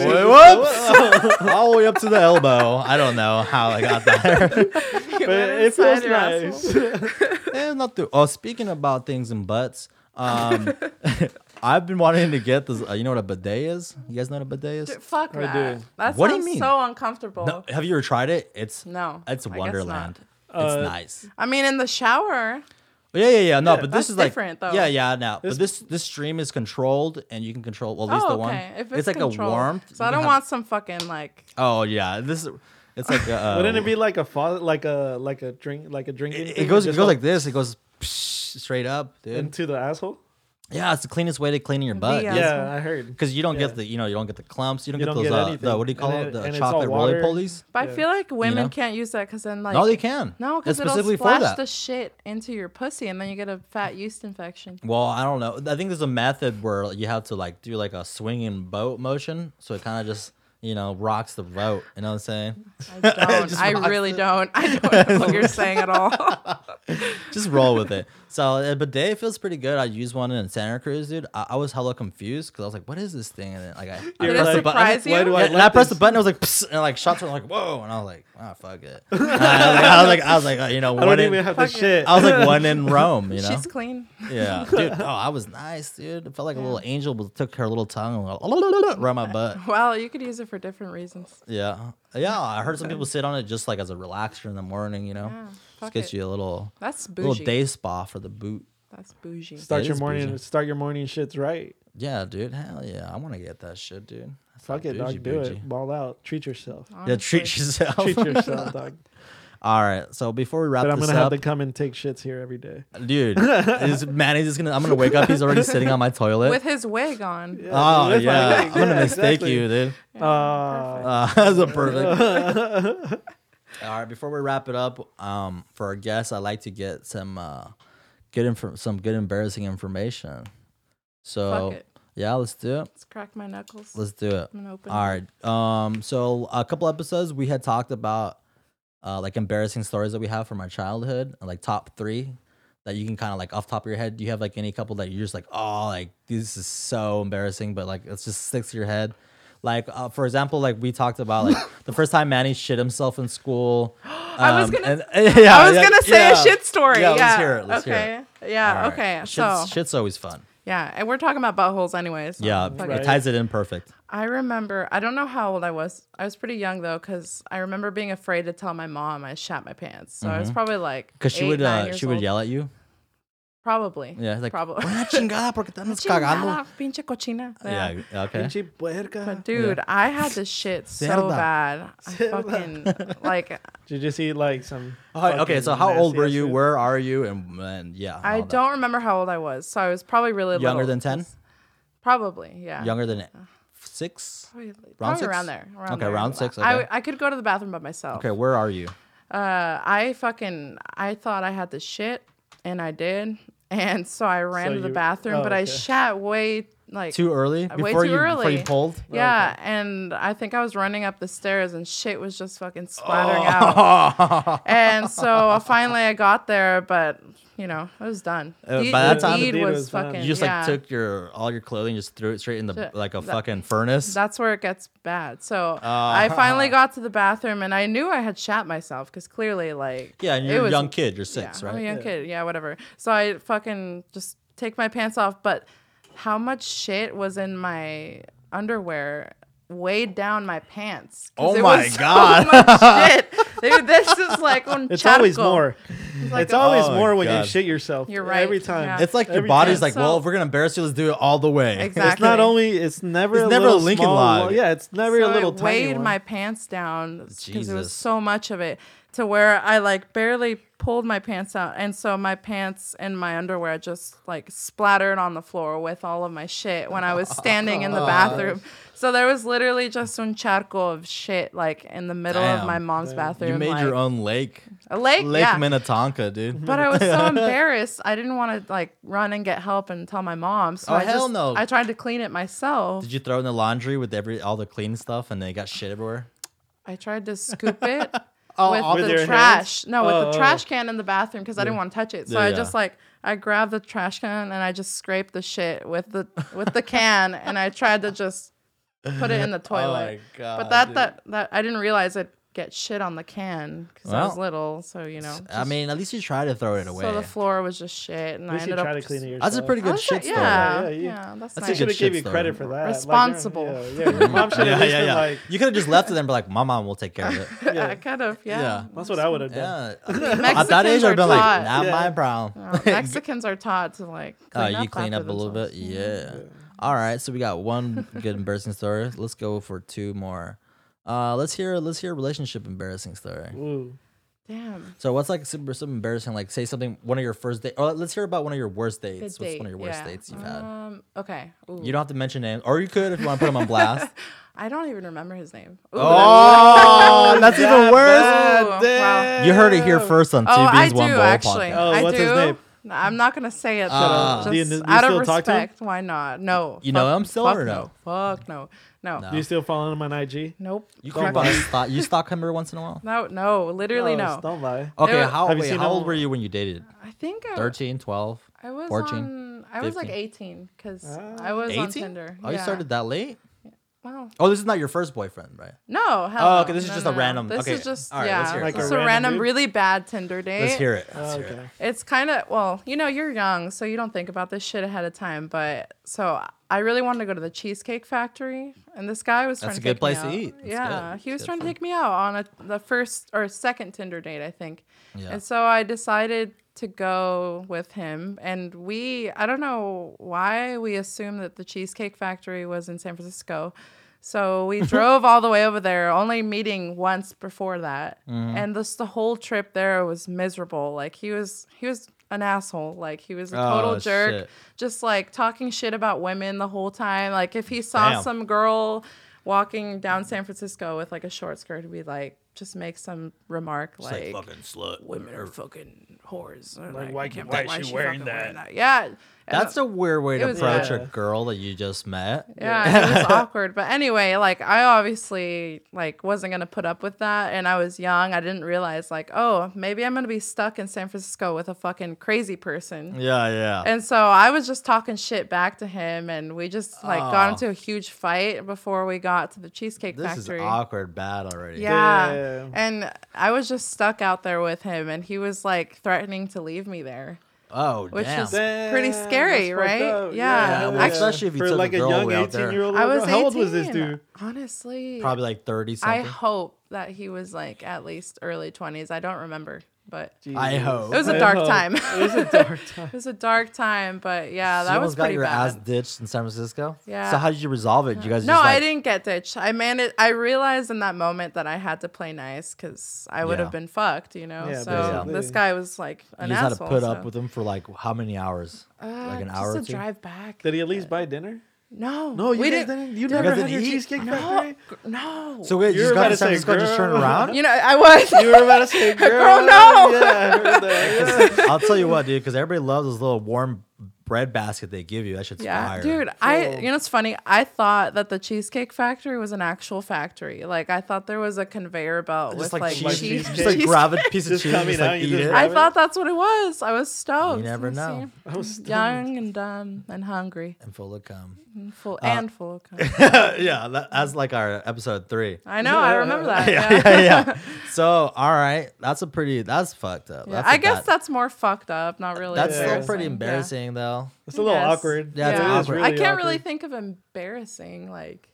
Speaker 4: Whoops! All the way up to the elbow. I don't know how I got there.
Speaker 3: You
Speaker 1: But
Speaker 3: went
Speaker 1: it
Speaker 3: inside
Speaker 1: feels
Speaker 3: your asshole.
Speaker 1: nice.
Speaker 4: Eh, not too. Oh, speaking about things and butts, um, I've been wanting to get this. Uh, you know what a bidet is? You guys know what a bidet is?
Speaker 3: Dude, Fuck
Speaker 1: I
Speaker 3: that.
Speaker 1: do.
Speaker 3: That
Speaker 4: What do you
Speaker 3: sounds
Speaker 4: mean?
Speaker 3: so uncomfortable.
Speaker 4: No, have you ever tried it? It's
Speaker 3: No,
Speaker 4: It's
Speaker 3: I guess
Speaker 4: Wonderland.
Speaker 1: Uh,
Speaker 4: It's nice.
Speaker 3: I mean, in the shower.
Speaker 4: Oh, yeah, yeah, yeah. No, but
Speaker 3: that's
Speaker 4: this is like
Speaker 3: different, though.
Speaker 4: Yeah, yeah. Now, but
Speaker 1: This-
Speaker 4: this this stream is controlled, and you can control. Well, at least
Speaker 3: Oh,
Speaker 4: the one.
Speaker 3: okay. If it's,
Speaker 4: like
Speaker 3: controlled.
Speaker 4: a warmth.
Speaker 3: so
Speaker 4: you
Speaker 3: I
Speaker 4: can
Speaker 3: don't
Speaker 4: have-
Speaker 3: want some fucking like.
Speaker 4: Oh yeah, this. is- It's like a, uh,
Speaker 1: Wouldn't it be like a fa- like a like a drink like a drinking?
Speaker 4: It,
Speaker 1: thing,
Speaker 4: goes. It
Speaker 1: just
Speaker 4: goes
Speaker 1: all
Speaker 4: like this. It goes psh, straight up, dude.
Speaker 1: into the asshole.
Speaker 4: Yeah, it's the cleanest way to clean your butt.
Speaker 3: uh,
Speaker 4: Yeah.
Speaker 1: Yeah, I heard.
Speaker 4: Because you don't
Speaker 1: Yeah.
Speaker 4: get the you know you don't get the clumps. You don't
Speaker 1: You
Speaker 4: get
Speaker 1: don't
Speaker 4: those
Speaker 1: get
Speaker 4: uh, the,
Speaker 1: anything.
Speaker 4: what do you call
Speaker 1: And
Speaker 4: it?
Speaker 1: it-
Speaker 4: The
Speaker 1: and it's all
Speaker 4: chocolate roly
Speaker 1: water.
Speaker 4: polies.
Speaker 3: But I
Speaker 1: Yeah.
Speaker 3: feel like women
Speaker 4: know?
Speaker 3: can't use that because then like.
Speaker 4: No, they can.
Speaker 3: No,
Speaker 4: It's
Speaker 3: because it'll
Speaker 4: specifically for
Speaker 3: splash
Speaker 4: that.
Speaker 3: the shit into your pussy, and then you get a fat yeast infection.
Speaker 4: Well, I don't know. I think there's a method where you have to like do like a swinging boat motion, so it kind of just you know rocks the boat. You know what I'm saying?
Speaker 3: I don't. I
Speaker 4: rocks
Speaker 3: really don't. I don't know what you're saying at all.
Speaker 4: just roll with it. So a bidet feels pretty good. I used one in Santa Cruz, dude. I, I was hella confused because I was like, "What is this thing?" And then, like I, I
Speaker 1: You're
Speaker 3: Did it
Speaker 1: like,
Speaker 3: surprise
Speaker 1: why
Speaker 3: you?
Speaker 1: do I
Speaker 4: and
Speaker 1: like
Speaker 4: I pressed
Speaker 1: this?
Speaker 4: the button. I was like, "Psst," and like shots were like, "Whoa!" And I was like, "Ah, fuck it." I was like, I was like, I was like, uh, you know,
Speaker 1: I
Speaker 4: one
Speaker 1: don't
Speaker 4: in,
Speaker 1: even have to
Speaker 3: Fuck it.
Speaker 1: shit.
Speaker 4: I was like one in Rome, you know.
Speaker 3: She's clean.
Speaker 4: Yeah, dude. Oh, I was nice, dude. It felt like a
Speaker 3: Yeah.
Speaker 4: little angel was- took her little tongue and went around my butt.
Speaker 3: Well, you could use it for different reasons.
Speaker 4: Yeah, yeah. I heard some people sit on it just like as a relaxer in the morning. You know,
Speaker 3: Yeah,
Speaker 4: just
Speaker 3: fuck
Speaker 4: gets
Speaker 3: it.
Speaker 4: you a little
Speaker 3: That's
Speaker 4: little
Speaker 3: bougie.
Speaker 4: day spa for the boot.
Speaker 3: That's bougie.
Speaker 1: start
Speaker 4: That
Speaker 1: your
Speaker 4: is
Speaker 1: morning.
Speaker 4: bougie.
Speaker 1: Start your morning shits right.
Speaker 4: Yeah, dude. Hell yeah, I want to get that shit, dude. That's
Speaker 1: Fuck
Speaker 4: like
Speaker 1: it, dog.
Speaker 4: bougie,
Speaker 1: Do
Speaker 4: bougie.
Speaker 1: it. Ball out. Treat yourself.
Speaker 4: Yeah,
Speaker 3: honestly.
Speaker 4: treat
Speaker 3: Oh.
Speaker 4: yourself.
Speaker 1: Treat yourself, dog.
Speaker 4: All right. So before we wrap
Speaker 1: But I'm
Speaker 4: this
Speaker 1: gonna have
Speaker 4: up,
Speaker 1: to come and take shits here every day.
Speaker 4: dude, is Manny's just gonna? I'm gonna wake up. He's already sitting on my toilet.
Speaker 3: With his wig on.
Speaker 4: oh
Speaker 1: With my
Speaker 4: yeah,
Speaker 1: leg.
Speaker 4: I'm gonna
Speaker 1: Yeah,
Speaker 4: mistake
Speaker 1: exactly.
Speaker 4: you, dude.
Speaker 1: Uh,
Speaker 4: Uh, that's a perfect. All right, before we wrap it up, um, for our guests, I'd like to get some uh, good infor- some good embarrassing information. So
Speaker 3: Fuck it.
Speaker 4: yeah, let's do it.
Speaker 3: Let's crack my knuckles.
Speaker 4: Let's do it.
Speaker 3: I'm gonna open.
Speaker 4: All
Speaker 3: it.
Speaker 4: right. Um, so a couple episodes we had talked about uh, like embarrassing stories that we have from our childhood, like top three that you can kind of like off the top of your head. Do you have like any couple that you're just like, oh, like this is so embarrassing, but like it just sticks to your head. Like uh, for example, like we talked about like the first time Manny shit himself in school.
Speaker 3: I was
Speaker 4: Um,
Speaker 3: gonna-
Speaker 4: and- yeah,
Speaker 3: I was
Speaker 4: yeah,
Speaker 3: gonna say
Speaker 4: yeah.
Speaker 3: a shit story.
Speaker 4: Yeah,
Speaker 3: Yeah,
Speaker 4: let's hear it, let's hear
Speaker 3: okay. Yeah.
Speaker 4: All right.
Speaker 3: Okay.
Speaker 4: Shit's,
Speaker 3: So Oh,
Speaker 4: shit's always fun.
Speaker 3: yeah, and we're talking about buttholes anyways.
Speaker 4: Yeah,
Speaker 1: Right.
Speaker 4: it ties it in perfect.
Speaker 3: I remember. I don't know how old I was. I was pretty young though, because I remember being afraid to tell my mom I shat my pants. So I was probably like
Speaker 4: Mm-hmm. Cause she
Speaker 3: eight,
Speaker 4: would,
Speaker 3: nine
Speaker 4: uh,
Speaker 3: years
Speaker 4: she would
Speaker 3: old.
Speaker 4: yell at you.
Speaker 3: Probably.
Speaker 4: Yeah, like
Speaker 3: Probably.
Speaker 4: "Buena chingada, porque te andas cagando."
Speaker 3: Chingada, pinche cochina. Yeah.
Speaker 4: Yeah. Okay.
Speaker 1: Pinche puerca.
Speaker 3: But dude, I had this shit so
Speaker 4: Cerda.
Speaker 3: bad. I
Speaker 1: Cerda.
Speaker 3: fucking like
Speaker 1: Did you just eat like some?
Speaker 4: Oh, okay.
Speaker 1: fucking
Speaker 4: So how old
Speaker 1: nasty
Speaker 4: were
Speaker 1: ass
Speaker 4: you?
Speaker 1: food?
Speaker 4: Where are you? And, and yeah.
Speaker 3: I
Speaker 4: all that.
Speaker 3: don't remember how old I was. So I was probably really
Speaker 4: Younger than
Speaker 3: little.
Speaker 4: 10?
Speaker 3: Probably, yeah.
Speaker 4: Younger than six.
Speaker 3: Probably,
Speaker 4: Round
Speaker 3: probably around
Speaker 4: six?
Speaker 3: there. Around
Speaker 4: Okay,
Speaker 3: there.
Speaker 4: round six, okay.
Speaker 3: I, I could go to the bathroom by myself.
Speaker 4: Okay. Where are you?
Speaker 3: Uh, I fucking I thought I had the shit, and I did, and so I ran
Speaker 1: So
Speaker 3: to the
Speaker 1: you-
Speaker 3: bathroom,
Speaker 1: oh,
Speaker 3: but I
Speaker 1: okay.
Speaker 3: shat way like
Speaker 4: Too early?
Speaker 3: Way
Speaker 4: before
Speaker 3: too
Speaker 4: you Before
Speaker 3: early.
Speaker 4: you pulled?
Speaker 3: Yeah, and I think I was running up the stairs, and shit was just fucking splattering out.
Speaker 4: Oh.
Speaker 3: And so uh, finally, I got there, but you know, I was done.
Speaker 4: Uh,
Speaker 3: The-
Speaker 4: by that
Speaker 3: the
Speaker 4: time-
Speaker 3: deed
Speaker 1: The deed
Speaker 3: was,
Speaker 1: was done.
Speaker 3: fucking.
Speaker 4: you just
Speaker 3: yeah.
Speaker 4: like took your all your clothing, just threw it straight in the
Speaker 3: Th-
Speaker 4: like a
Speaker 3: that-
Speaker 4: fucking furnace.
Speaker 3: That's where it gets bad. So I
Speaker 4: Uh-huh.
Speaker 3: finally got to the bathroom and I knew I had shat myself because clearly, like,
Speaker 4: yeah, and
Speaker 3: it
Speaker 4: you're a
Speaker 3: was-
Speaker 4: young kid. You're six,
Speaker 3: yeah, I'm
Speaker 4: right?
Speaker 3: a young
Speaker 1: Yeah.
Speaker 3: kid. Yeah, whatever. So I fucking just take my pants off, but how much shit was in my underwear weighed down my pants?
Speaker 4: Oh
Speaker 3: 'Cause it
Speaker 4: my
Speaker 3: was so
Speaker 4: God.
Speaker 3: much shit. Dude, this is like un
Speaker 1: It's always
Speaker 3: charco.
Speaker 1: more.
Speaker 3: It's like
Speaker 1: It's
Speaker 3: a-
Speaker 1: always
Speaker 4: Oh my
Speaker 1: more when
Speaker 4: God.
Speaker 1: you shit yourself.
Speaker 3: You're right,
Speaker 1: Every time.
Speaker 3: yeah.
Speaker 4: It's like your
Speaker 1: Every
Speaker 4: body's
Speaker 1: time.
Speaker 4: like, well,
Speaker 3: So-
Speaker 4: if we're gonna embarrass you, let's do it all the way.
Speaker 3: Exactly.
Speaker 1: It's not only. It's never.
Speaker 4: It's
Speaker 1: a
Speaker 4: never a
Speaker 1: little
Speaker 4: Lincoln
Speaker 1: small,
Speaker 4: Log.
Speaker 1: Yeah, it's never a
Speaker 3: so
Speaker 1: little
Speaker 3: it
Speaker 1: tiny
Speaker 3: weighed
Speaker 1: one.
Speaker 3: my pants down because there
Speaker 4: Jesus.
Speaker 3: was so much of it to where I like barely pulled my pants out, and so my pants and my underwear just like splattered on the floor with all of my shit when I was standing in the bathroom. So there was literally just un charco of shit like in the middle
Speaker 4: Damn.
Speaker 3: of my mom's bathroom.
Speaker 4: you made
Speaker 3: like,
Speaker 4: your own lake,
Speaker 3: a lake,
Speaker 4: Lake
Speaker 3: yeah.
Speaker 4: Minnetonka, dude.
Speaker 3: But I was so embarrassed. I didn't want to like run and get help and tell my mom. So
Speaker 4: Oh,
Speaker 3: I
Speaker 4: hell
Speaker 3: just,
Speaker 4: no.
Speaker 3: I tried to clean it myself.
Speaker 4: Did you throw it in the laundry with every all the clean stuff, and then it got shit everywhere?
Speaker 3: I tried to scoop it.
Speaker 4: Oh,
Speaker 3: with,
Speaker 4: off
Speaker 1: With
Speaker 3: the
Speaker 1: your
Speaker 3: trash. No, with
Speaker 1: Oh,
Speaker 3: the
Speaker 1: oh.
Speaker 3: trash can in the bathroom because I didn't want to touch it. So
Speaker 4: Yeah,
Speaker 3: I
Speaker 4: yeah.
Speaker 3: just like I grabbed the trash can and I just scraped the shit with the with the can and I tried to just put it in the toilet.
Speaker 4: Oh God,
Speaker 3: but that
Speaker 4: dude.
Speaker 3: that that I didn't realize I'd get shit on the can because I was
Speaker 4: Well,
Speaker 3: little. So you know.
Speaker 4: I mean, at least you try to throw it
Speaker 3: just-
Speaker 4: away.
Speaker 3: so the floor was just shit, and
Speaker 1: At
Speaker 3: I
Speaker 1: least you
Speaker 3: ended
Speaker 1: try
Speaker 3: up.
Speaker 1: to clean it yourself.
Speaker 4: That's a pretty
Speaker 3: I
Speaker 4: good
Speaker 3: was
Speaker 4: shit
Speaker 3: like,
Speaker 4: story.
Speaker 3: yeah,
Speaker 1: Yeah,
Speaker 3: yeah,
Speaker 1: yeah, you-
Speaker 3: that's,
Speaker 4: That's a
Speaker 1: They
Speaker 3: nice.
Speaker 1: should have
Speaker 4: shit
Speaker 1: gave you
Speaker 4: story.
Speaker 1: credit for that. Like,
Speaker 3: Responsible.
Speaker 1: yeah, yeah, your mom should
Speaker 4: Yeah,
Speaker 1: have
Speaker 4: yeah,
Speaker 1: been
Speaker 4: yeah.
Speaker 1: like.
Speaker 4: you could have just left it and be like, "My mom will take care of it."
Speaker 3: I uh, kind of yeah.
Speaker 4: Yeah.
Speaker 1: That's what I would have done.
Speaker 4: Yeah. At
Speaker 3: Mexicans
Speaker 4: that age,
Speaker 3: are
Speaker 4: I'd been like,
Speaker 3: taught.
Speaker 4: "Not
Speaker 1: Yeah.
Speaker 4: my problem."
Speaker 3: Uh, Mexicans are taught to like.
Speaker 4: Uh,
Speaker 3: Clean
Speaker 4: you clean
Speaker 3: after
Speaker 4: up a little bit,
Speaker 3: themselves.
Speaker 4: yeah. All right, so we got one good embarrassing story. Let's go for two more. Uh, let's hear let's hear a relationship embarrassing story.
Speaker 1: Ooh.
Speaker 3: Damn.
Speaker 4: So what's like super some embarrassing? Like say something one of your first date. Or let's hear about one of your worst dates.
Speaker 3: Good
Speaker 4: What's
Speaker 3: date.
Speaker 4: one of your worst
Speaker 3: yeah.
Speaker 4: dates you've had?
Speaker 3: Um. Okay. Ooh.
Speaker 4: You don't have to mention names, or you could if you want to put them on blast.
Speaker 3: I don't even remember his name. Ooh,
Speaker 4: oh, that's even worse.
Speaker 3: wow.
Speaker 4: You heard it here first on two
Speaker 3: Oh, I
Speaker 4: beans,
Speaker 3: do
Speaker 4: one bowl
Speaker 3: actually.
Speaker 4: podcast.
Speaker 1: Oh,
Speaker 3: I
Speaker 1: what's
Speaker 3: do.
Speaker 1: his name?
Speaker 3: No, I'm not gonna say it. though.
Speaker 4: Uh,
Speaker 1: Do you-
Speaker 3: just
Speaker 1: do you
Speaker 3: out of
Speaker 1: still talk to him?
Speaker 3: respect, why not? No.
Speaker 4: You know
Speaker 3: Fuck-
Speaker 4: him still
Speaker 3: fuck
Speaker 4: or
Speaker 3: Fuck no. No.
Speaker 1: You still following him on IG?
Speaker 3: Nope.
Speaker 4: You
Speaker 3: Fuck
Speaker 4: creep on his thought. You stalk him every once in a while.
Speaker 3: No. No. Literally
Speaker 1: No,
Speaker 3: no.
Speaker 1: Don't lie.
Speaker 4: Okay,
Speaker 3: There-
Speaker 4: how,
Speaker 1: Have you
Speaker 4: wait,
Speaker 1: seen
Speaker 4: how old
Speaker 1: him-
Speaker 4: were you when you dated?
Speaker 3: I think I,
Speaker 4: 13, 12,
Speaker 3: I was
Speaker 4: 14,
Speaker 3: on. I was like
Speaker 4: 15.
Speaker 3: 18 because I was on
Speaker 4: 18?
Speaker 3: Tinder.
Speaker 4: Oh, you
Speaker 3: Yeah.
Speaker 4: started that late?
Speaker 3: Well,
Speaker 4: Oh, this is not your first boyfriend, right?
Speaker 3: No, hell.
Speaker 4: Oh,
Speaker 3: no.
Speaker 4: okay, this is
Speaker 3: No,
Speaker 4: just
Speaker 3: no,
Speaker 4: a
Speaker 3: no.
Speaker 4: random-
Speaker 3: This
Speaker 4: okay,
Speaker 3: is just
Speaker 4: all right,
Speaker 3: yeah,
Speaker 4: let's hear it.
Speaker 1: Like a
Speaker 3: just a
Speaker 1: random
Speaker 3: random,
Speaker 1: dude?
Speaker 3: really bad Tinder date.
Speaker 4: Let's hear it. Let's
Speaker 1: Oh,
Speaker 4: hear it.
Speaker 1: okay.
Speaker 3: It's kind of well, you know, you're young, so you don't think about this shit ahead of time. But so I really wanted to go to the Cheesecake Factory, and this guy was trying
Speaker 4: That's
Speaker 3: to
Speaker 4: a good place
Speaker 3: take me
Speaker 4: to
Speaker 3: out.
Speaker 4: eat. That's
Speaker 3: yeah,
Speaker 4: good.
Speaker 3: he was
Speaker 4: Good
Speaker 3: trying to
Speaker 4: food.
Speaker 3: take me out on a the first or second Tinder date, I think.
Speaker 4: Yeah.
Speaker 3: And so I decided to go with him, and we I don't know why we assumed that the Cheesecake Factory was in San Francisco. So we drove all the way over there, only meeting once before that.
Speaker 4: Mm-hmm.
Speaker 3: And this the whole trip there was miserable. Like he was he was an asshole. Like he was a total
Speaker 4: Oh,
Speaker 3: jerk.
Speaker 4: shit.
Speaker 3: Just like talking shit about women the whole time. Like if he saw
Speaker 4: Damn.
Speaker 3: some girl walking down San Francisco with like a short skirt, he'd be like just make some remark like,
Speaker 4: fucking slut.
Speaker 3: women are fucking whores. Or, Like,
Speaker 1: why
Speaker 3: I
Speaker 1: can-
Speaker 3: can't
Speaker 1: why
Speaker 3: believe
Speaker 1: is she
Speaker 3: she's
Speaker 1: wearing
Speaker 3: fucking
Speaker 1: that?
Speaker 3: Yeah. And
Speaker 4: That's a weird way
Speaker 3: It
Speaker 4: to
Speaker 3: was
Speaker 4: approach
Speaker 1: bad.
Speaker 4: a girl that you just met.
Speaker 3: Yeah, it was awkward. But anyway, like I obviously like wasn't gonna put up with that, and I was young. I didn't realize like, oh, maybe I'm gonna be stuck in San Francisco with a fucking crazy person.
Speaker 4: Yeah, yeah.
Speaker 3: And so I was just talking shit back to him, and we just like
Speaker 4: Oh.
Speaker 3: got into a huge fight before we got to the Cheesecake
Speaker 4: this
Speaker 3: Factory.
Speaker 4: is awkward bad already.
Speaker 3: Yeah.
Speaker 1: Damn.
Speaker 3: And I was just stuck out there with him, and he was like threatening to leave me there.
Speaker 4: Oh,
Speaker 3: Which
Speaker 4: damn.
Speaker 3: is- pretty scary,
Speaker 1: that's fucked
Speaker 3: right?
Speaker 1: up.
Speaker 3: Yeah.
Speaker 4: Yeah, well,
Speaker 1: hell
Speaker 4: especially if you
Speaker 1: For
Speaker 4: took a
Speaker 1: like
Speaker 4: girl
Speaker 1: young
Speaker 4: out there.
Speaker 1: eighteen-year-old.
Speaker 3: I was
Speaker 1: How old was this
Speaker 3: 18.
Speaker 1: dude?
Speaker 3: Honestly,
Speaker 4: Probably like 30
Speaker 3: I
Speaker 4: something.
Speaker 3: hope that he was like at least early 20s. I don't remember, but
Speaker 4: I
Speaker 1: Jesus.
Speaker 4: hope.
Speaker 3: it was a
Speaker 1: I
Speaker 3: dark
Speaker 1: hope.
Speaker 3: time.
Speaker 1: It was a dark time.
Speaker 3: it was a dark time, but yeah,
Speaker 4: you
Speaker 3: that was
Speaker 4: almost got
Speaker 3: pretty
Speaker 4: your
Speaker 3: bad.
Speaker 4: ass ditched in San Francisco.
Speaker 3: Yeah.
Speaker 4: So how did you resolve it? You guys
Speaker 3: no,
Speaker 4: just like,
Speaker 3: I didn't get ditched. I managed. I realized in that moment that I had to play nice because I would
Speaker 4: Yeah.
Speaker 3: have been fucked, you know.
Speaker 1: Yeah,
Speaker 3: so
Speaker 1: basically.
Speaker 3: this guy was like
Speaker 4: You
Speaker 3: an
Speaker 4: just
Speaker 3: asshole.
Speaker 4: had to put
Speaker 3: so-
Speaker 4: up with him for like how many hours?
Speaker 3: Uh,
Speaker 4: like an
Speaker 3: just
Speaker 4: hour
Speaker 3: to
Speaker 4: or two.
Speaker 3: drive back.
Speaker 1: Did he at least buy dinner?
Speaker 3: no,
Speaker 1: No, you
Speaker 3: we
Speaker 1: guys
Speaker 3: didn't.
Speaker 1: didn't. You
Speaker 4: guys
Speaker 1: never had
Speaker 4: didn't
Speaker 1: your
Speaker 4: eat?
Speaker 1: cheesecake
Speaker 3: No,
Speaker 1: factory.
Speaker 3: no.
Speaker 4: So wait,
Speaker 1: You
Speaker 4: you just
Speaker 1: were
Speaker 4: got
Speaker 1: about
Speaker 4: to
Speaker 1: to
Speaker 4: San
Speaker 1: say,
Speaker 4: Francisco, just turn
Speaker 1: "Girl."
Speaker 4: around.
Speaker 3: you know, I was.
Speaker 1: You were about to say, girl,
Speaker 3: no.
Speaker 1: Yeah, I heard that. yeah.
Speaker 4: I'll tell you what, dude, because everybody loves this little warm bread basket they give you. That shit's
Speaker 3: Yeah,
Speaker 4: fire.
Speaker 3: dude. I you know it's funny. I thought that the Cheesecake Factory was an actual factory. Like I thought there was a conveyor belt
Speaker 4: Just
Speaker 3: with
Speaker 4: like
Speaker 3: like,
Speaker 4: cheese-
Speaker 3: cheese.
Speaker 1: just
Speaker 4: Just like
Speaker 3: cheese-
Speaker 4: grab a piece of
Speaker 1: Just
Speaker 4: cheese,
Speaker 1: coming
Speaker 4: just like
Speaker 1: out, you
Speaker 4: eat
Speaker 1: just
Speaker 4: it.
Speaker 1: grab
Speaker 3: I thought that's what it was. I was stoked.
Speaker 4: You never know.
Speaker 1: I was
Speaker 3: see? Young and dumb and hungry
Speaker 4: and full of cum.
Speaker 3: and full
Speaker 1: Uh,
Speaker 3: and full of cum.
Speaker 4: yeah, that, that's like our episode three.
Speaker 3: I know. I remember that.
Speaker 4: Yeah,
Speaker 3: Yeah.
Speaker 4: yeah, yeah. So, all right, that's a pretty. That's fucked up. That's
Speaker 3: I
Speaker 4: a
Speaker 3: guess
Speaker 4: bad-
Speaker 3: that's more fucked up. Not really.
Speaker 4: that's still
Speaker 1: embarrassing.
Speaker 4: pretty
Speaker 3: Yeah.
Speaker 4: embarrassing though.
Speaker 1: It's a little
Speaker 3: Yes.
Speaker 1: awkward.
Speaker 4: Yeah, it's
Speaker 1: It is
Speaker 4: awkward.
Speaker 3: I
Speaker 1: really
Speaker 3: can't really
Speaker 1: awkward.
Speaker 3: think of embarrassing. Like,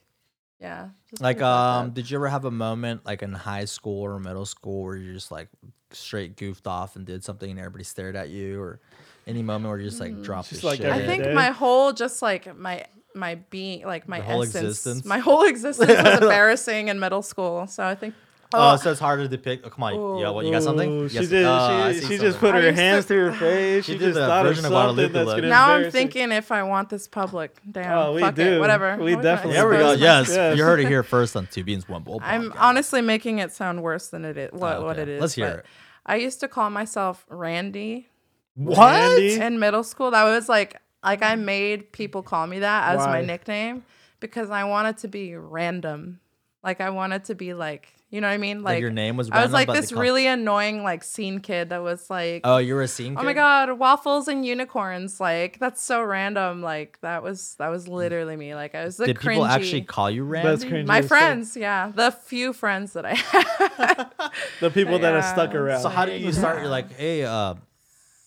Speaker 3: yeah. just
Speaker 4: Like,
Speaker 3: pretty fucked
Speaker 4: um,
Speaker 3: up.
Speaker 4: did you ever have a moment like in high school or middle school where you just like straight goofed off and did something and everybody stared at you, or any moment where you just like dropped
Speaker 1: Just
Speaker 4: your
Speaker 1: like
Speaker 4: shit?
Speaker 1: every
Speaker 3: Mm. I think
Speaker 1: day.
Speaker 3: my whole just like my my being like my
Speaker 4: Your whole
Speaker 3: essence,
Speaker 4: existence?
Speaker 3: my whole existence was embarrassing in middle school. So I think
Speaker 4: Oh,
Speaker 3: oh,
Speaker 4: so it's harder to pick. Oh, come on, yo, what you got something?
Speaker 1: Ooh,
Speaker 4: Yes.
Speaker 1: She did.
Speaker 4: Oh, I
Speaker 1: she
Speaker 4: see
Speaker 1: she just
Speaker 4: something.
Speaker 1: put her
Speaker 3: I
Speaker 1: hands
Speaker 3: just-
Speaker 1: through her face.
Speaker 4: She
Speaker 1: She,
Speaker 4: did
Speaker 1: just
Speaker 4: the
Speaker 1: thought of
Speaker 4: version of
Speaker 1: something
Speaker 4: Guadalupe
Speaker 1: that's
Speaker 4: look.
Speaker 1: gonna
Speaker 3: now I'm
Speaker 1: embarrass her.
Speaker 3: thinking if I want this public. Damn,
Speaker 1: Oh, we
Speaker 3: fuck
Speaker 1: do.
Speaker 3: it, whatever.
Speaker 1: We
Speaker 3: We're not
Speaker 1: definitely
Speaker 4: There we go.
Speaker 1: Exposed
Speaker 4: Yes,
Speaker 1: myself.
Speaker 4: you heard it here first on Two Beans One Bowl.
Speaker 3: I'm
Speaker 4: podcast.
Speaker 3: honestly making it sound worse than it is. What,
Speaker 4: Oh,
Speaker 3: what
Speaker 4: okay.
Speaker 3: it is?
Speaker 4: Let's hear
Speaker 3: but
Speaker 4: it.
Speaker 3: I used to call myself Randy
Speaker 4: what?
Speaker 1: Randy?
Speaker 3: in middle school. That was like like I made people call me that as
Speaker 1: Why?
Speaker 3: my nickname because I wanted to be random. Like I wanted to be like You know what I mean?
Speaker 4: Like,
Speaker 3: Like,
Speaker 4: your name was.
Speaker 3: I was
Speaker 4: random,
Speaker 3: like
Speaker 4: but the
Speaker 3: this
Speaker 4: co-
Speaker 3: really annoying like scene kid that was like,
Speaker 4: Oh, you were a scene.
Speaker 3: oh my
Speaker 4: kid?
Speaker 3: god, waffles and unicorns. Like that's so random. Like that was that was literally me. Like I was the
Speaker 4: Did
Speaker 3: cringy.
Speaker 4: people actually call you Randy?
Speaker 1: That's cringy.
Speaker 3: my
Speaker 1: as fuck.
Speaker 3: friends, yeah, the few friends that I had.
Speaker 1: the people that have
Speaker 3: Yeah.
Speaker 1: stuck around.
Speaker 4: So how do you start? You're like, hey, uh,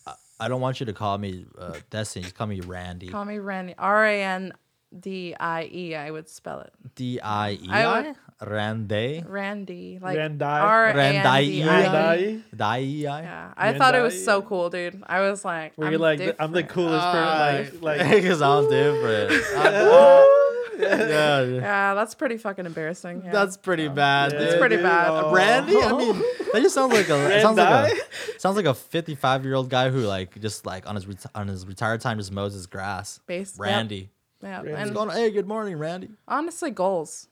Speaker 4: I- I don't want you to call me uh, Destiny. Just call me Randy.
Speaker 3: Call me Randy. R A N D I E. I would spell it
Speaker 4: D I E
Speaker 3: I
Speaker 4: I
Speaker 3: would-
Speaker 4: Randy.
Speaker 3: Randy. Like
Speaker 1: Randi.
Speaker 3: R A N D I E.
Speaker 1: Bandai?
Speaker 4: Die I.
Speaker 3: Yeah, I thought it
Speaker 1: Randi.
Speaker 3: was so cool, dude. I was like,
Speaker 1: Were
Speaker 3: I'm
Speaker 1: you like the- I'm the
Speaker 3: different. Oh,
Speaker 1: coolest person? Like, like
Speaker 4: Because I'm different. I'm- yeah, yeah.
Speaker 3: Yeah, that's pretty fucking embarrassing. Yeah.
Speaker 4: That's pretty bad.
Speaker 1: Yeah,
Speaker 4: dude.
Speaker 3: It's pretty
Speaker 1: dude.
Speaker 3: bad.
Speaker 1: Oh.
Speaker 4: Randy? I mean, that just sounds like a sounds like
Speaker 1: Randy?
Speaker 4: a sounds like a fifty five year old guy who like just like on his reti- on his retired time just mows his grass.
Speaker 3: Base- yep.
Speaker 4: Randy.
Speaker 3: yeah.
Speaker 1: Randy's
Speaker 4: He's
Speaker 3: And
Speaker 4: going, hey, good morning, Randy.
Speaker 3: honestly, goals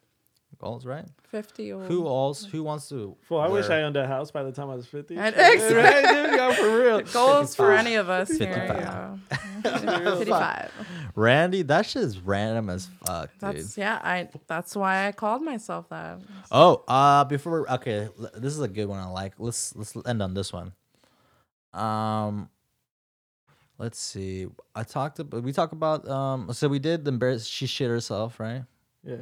Speaker 4: Goals, right?
Speaker 3: fifty. Or,
Speaker 4: Who else? Who wants to?
Speaker 1: Well, I wish I
Speaker 4: wear-
Speaker 1: owned a house by the time I was 50.
Speaker 3: And-
Speaker 1: Shit. Right, dude? Yeah, for real.
Speaker 3: goals for any of us here?
Speaker 4: 55.
Speaker 3: you know. Fifty-five.
Speaker 4: Randy. That shit is random as fuck, dude.
Speaker 3: That's yeah. I. That's why I called myself that.
Speaker 4: Oh, uh, before okay, l- this is a good one. I like. Let's let's end on this one. Um, let's see. I talked about we talked about um. So we did the embarrass. She shit herself, right?
Speaker 1: Yeah,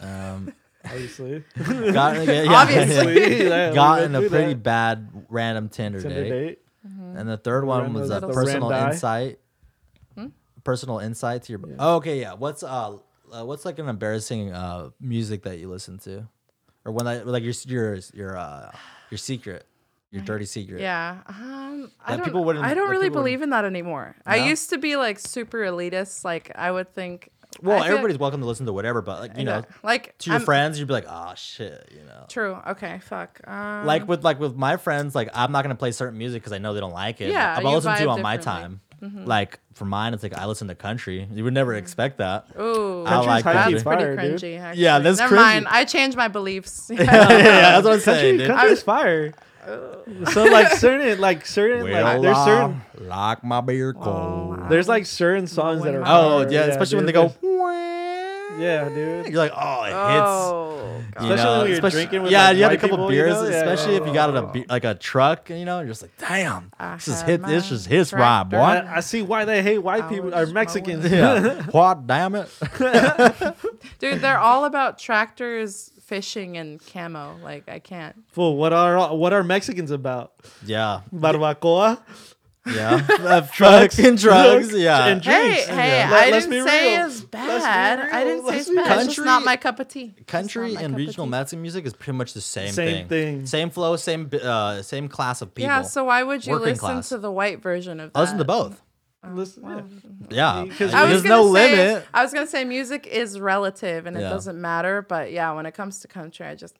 Speaker 4: Um,
Speaker 1: obviously.
Speaker 4: got in a, yeah,
Speaker 1: Obviously, yeah, we
Speaker 4: got
Speaker 1: went
Speaker 4: in a
Speaker 1: through
Speaker 4: pretty
Speaker 1: that.
Speaker 4: bad random Tinder,
Speaker 1: Tinder
Speaker 4: date.
Speaker 1: date.
Speaker 4: and the third one was a
Speaker 1: Random-
Speaker 4: personal
Speaker 1: Randi.
Speaker 4: insight.
Speaker 3: Hmm?
Speaker 4: Personal insight to your. Oh, okay, yeah. What's uh, uh, what's like an embarrassing uh music that you listen to, or when I like your your your uh your secret, your dirty secret.
Speaker 3: Yeah. Um, I
Speaker 4: That
Speaker 3: don't,
Speaker 4: people wouldn't-
Speaker 3: I don't
Speaker 4: that
Speaker 3: really
Speaker 4: people wouldn't-
Speaker 3: believe in that anymore. I
Speaker 4: No?
Speaker 3: used to be like super elitist. Like I would think.
Speaker 4: Well,
Speaker 3: I feel-
Speaker 4: everybody's welcome to listen to whatever, but like you know,
Speaker 3: like
Speaker 4: to your
Speaker 3: I'm-
Speaker 4: friends, you'd be like, oh shit, you know.
Speaker 3: True. Okay. Fuck. Um,
Speaker 4: Like with like with my friends, like I'm not gonna play certain music because I know they don't like it.
Speaker 3: Yeah,
Speaker 4: but I
Speaker 3: you
Speaker 4: listen to
Speaker 3: vibe
Speaker 4: it on my
Speaker 3: differently. Mm-hmm.
Speaker 4: time. Like for mine, it's like I listen to country. You would
Speaker 3: Mm.
Speaker 4: never expect that.
Speaker 3: Ooh.
Speaker 4: I like
Speaker 1: high-key
Speaker 4: that.
Speaker 3: That's
Speaker 1: fire,
Speaker 3: pretty
Speaker 1: dude.
Speaker 3: cringy. Actually.
Speaker 4: Yeah, that's
Speaker 3: Never
Speaker 4: cringy.
Speaker 3: mind. I changed my beliefs. Oh,
Speaker 4: yeah, that's what I'm saying.
Speaker 1: Country,
Speaker 4: dude.
Speaker 1: country's fire.
Speaker 3: Oh.
Speaker 1: So like certain, like certain, like there's certain,
Speaker 4: lock my beer cold.
Speaker 1: there's like certain songs that are.
Speaker 4: Oh
Speaker 1: fire.
Speaker 4: yeah, especially when they
Speaker 1: dude.
Speaker 4: go.
Speaker 1: Yeah, dude.
Speaker 4: You're like, oh, it hits.
Speaker 3: oh. God.
Speaker 4: You
Speaker 1: Especially
Speaker 4: know,
Speaker 1: when you're
Speaker 4: especially-
Speaker 1: drinking with,
Speaker 4: yeah,
Speaker 1: like,
Speaker 4: you had a
Speaker 1: white
Speaker 4: couple
Speaker 1: people, you
Speaker 4: beers,
Speaker 1: know? Yeah,
Speaker 4: especially
Speaker 1: yeah,
Speaker 4: if you got it a be- like a truck, and you know, you're just like, damn,
Speaker 3: I
Speaker 4: this is
Speaker 3: had
Speaker 4: hit, this
Speaker 3: my
Speaker 4: is his ride, boy.
Speaker 3: tractor.
Speaker 1: I, I see why they hate white people or
Speaker 3: Hours,
Speaker 1: Mexicans.
Speaker 4: yeah, what? Damn it.
Speaker 3: Dude, they're all about tractors, fishing, and camo. Like I can't.
Speaker 1: Fool, what are what are Mexicans about?
Speaker 4: Yeah,
Speaker 1: Barbacoa,
Speaker 4: yeah. Uh, trucks and drugs. Yeah.
Speaker 1: and drinks.
Speaker 3: hey, hey!
Speaker 1: Yeah.
Speaker 3: I
Speaker 1: Let- let's
Speaker 3: didn't
Speaker 1: be
Speaker 3: say
Speaker 1: real.
Speaker 3: it's
Speaker 1: be
Speaker 3: bad. I
Speaker 1: real.
Speaker 3: didn't say
Speaker 1: Let's
Speaker 3: it's
Speaker 1: be
Speaker 3: bad. it's just
Speaker 4: Country-
Speaker 3: not my cup of tea. It's just
Speaker 4: Country
Speaker 3: not my
Speaker 4: and
Speaker 3: cup of
Speaker 4: regional
Speaker 3: tea.
Speaker 4: Mexican music is pretty much the same,
Speaker 1: Same thing.
Speaker 4: Same flow, same bi- uh, same class of people.
Speaker 3: Yeah. So why would you
Speaker 4: Working
Speaker 3: listen
Speaker 4: class.
Speaker 3: to the white version of that?
Speaker 4: I listen to both.
Speaker 3: Uh,
Speaker 1: Listen, yeah.
Speaker 4: Yeah,
Speaker 1: Because
Speaker 3: I
Speaker 4: there's
Speaker 3: was
Speaker 4: no
Speaker 3: gonna say,
Speaker 4: limit.
Speaker 3: I was gonna say music is relative and
Speaker 4: Yeah.
Speaker 3: it doesn't matter, but yeah, when it comes to country, I just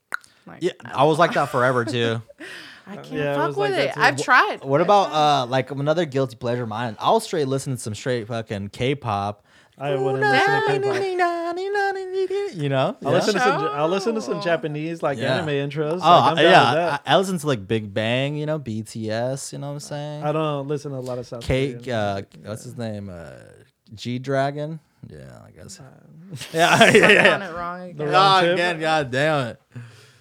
Speaker 3: like
Speaker 4: Yeah, I was like that forever too.
Speaker 3: I can't
Speaker 1: Yeah, I
Speaker 3: fuck
Speaker 1: was like
Speaker 3: with
Speaker 1: that
Speaker 3: it.
Speaker 1: too.
Speaker 3: I've tried.
Speaker 4: What about uh like another guilty pleasure of mine? I'll straight listen to some straight fucking K-pop.
Speaker 1: I wouldn't listen to K-pop.
Speaker 4: You know?
Speaker 1: I'll listen to some.
Speaker 3: Yeah.
Speaker 1: I'll listen to some Japanese like
Speaker 4: Yeah.
Speaker 1: anime intros.
Speaker 4: oh
Speaker 1: like, I'm
Speaker 4: I-
Speaker 1: down with
Speaker 4: yeah,
Speaker 1: that.
Speaker 4: I, I listen to like Big Bang, you know, BTS. You know what I'm saying?
Speaker 1: I, don't listen to a lot of South
Speaker 4: K,
Speaker 1: Korean.
Speaker 4: uh, what's his name? Uh, G Dragon. Yeah, I guess.
Speaker 1: Uh,
Speaker 4: yeah, yeah, yeah.
Speaker 3: Done it wrong again.
Speaker 1: The wrong-
Speaker 4: Oh,
Speaker 1: tip.
Speaker 4: again, god damn it.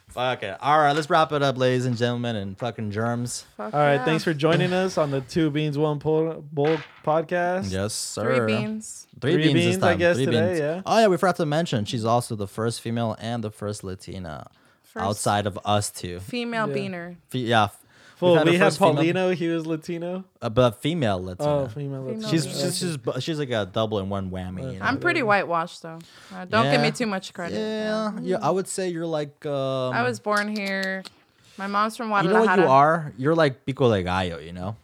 Speaker 4: Fuck it. All right, let's wrap it up, ladies and gentlemen, and fucking germs.
Speaker 3: Fuck
Speaker 1: All right,
Speaker 3: yeah.
Speaker 1: thanks for joining us on the Two Beans One Bowl, Bowl podcast.
Speaker 4: Yes, sir.
Speaker 3: three beans.
Speaker 4: Three,
Speaker 1: Three
Speaker 4: beans, this
Speaker 1: beans, I
Speaker 4: time.
Speaker 1: guess,
Speaker 4: Three
Speaker 1: today,
Speaker 4: beans.
Speaker 1: yeah.
Speaker 4: Oh yeah, we forgot to mention she's also the first female and the first Latina
Speaker 3: First
Speaker 4: outside of us two.
Speaker 3: female
Speaker 1: Yeah.
Speaker 3: beaner.
Speaker 4: Fe- yeah. f-
Speaker 1: Fool,
Speaker 4: we've had a
Speaker 1: we have
Speaker 4: first female-
Speaker 1: Paulino. He was Latino.
Speaker 4: uh, but female Latina.
Speaker 1: Oh, female Latino.
Speaker 3: Female
Speaker 4: she's,
Speaker 3: Latina.
Speaker 4: she's she's bu- she's like a double in one whammy. You know?
Speaker 3: I'm pretty whitewashed though. Uh, don't give
Speaker 4: Yeah.
Speaker 3: me too much credit.
Speaker 4: yeah, yeah. I would say you're like. Um,
Speaker 3: I was born here. My mom's from
Speaker 4: You
Speaker 3: Guadalajara.
Speaker 4: know what you are? You're like pico de gallo. You know,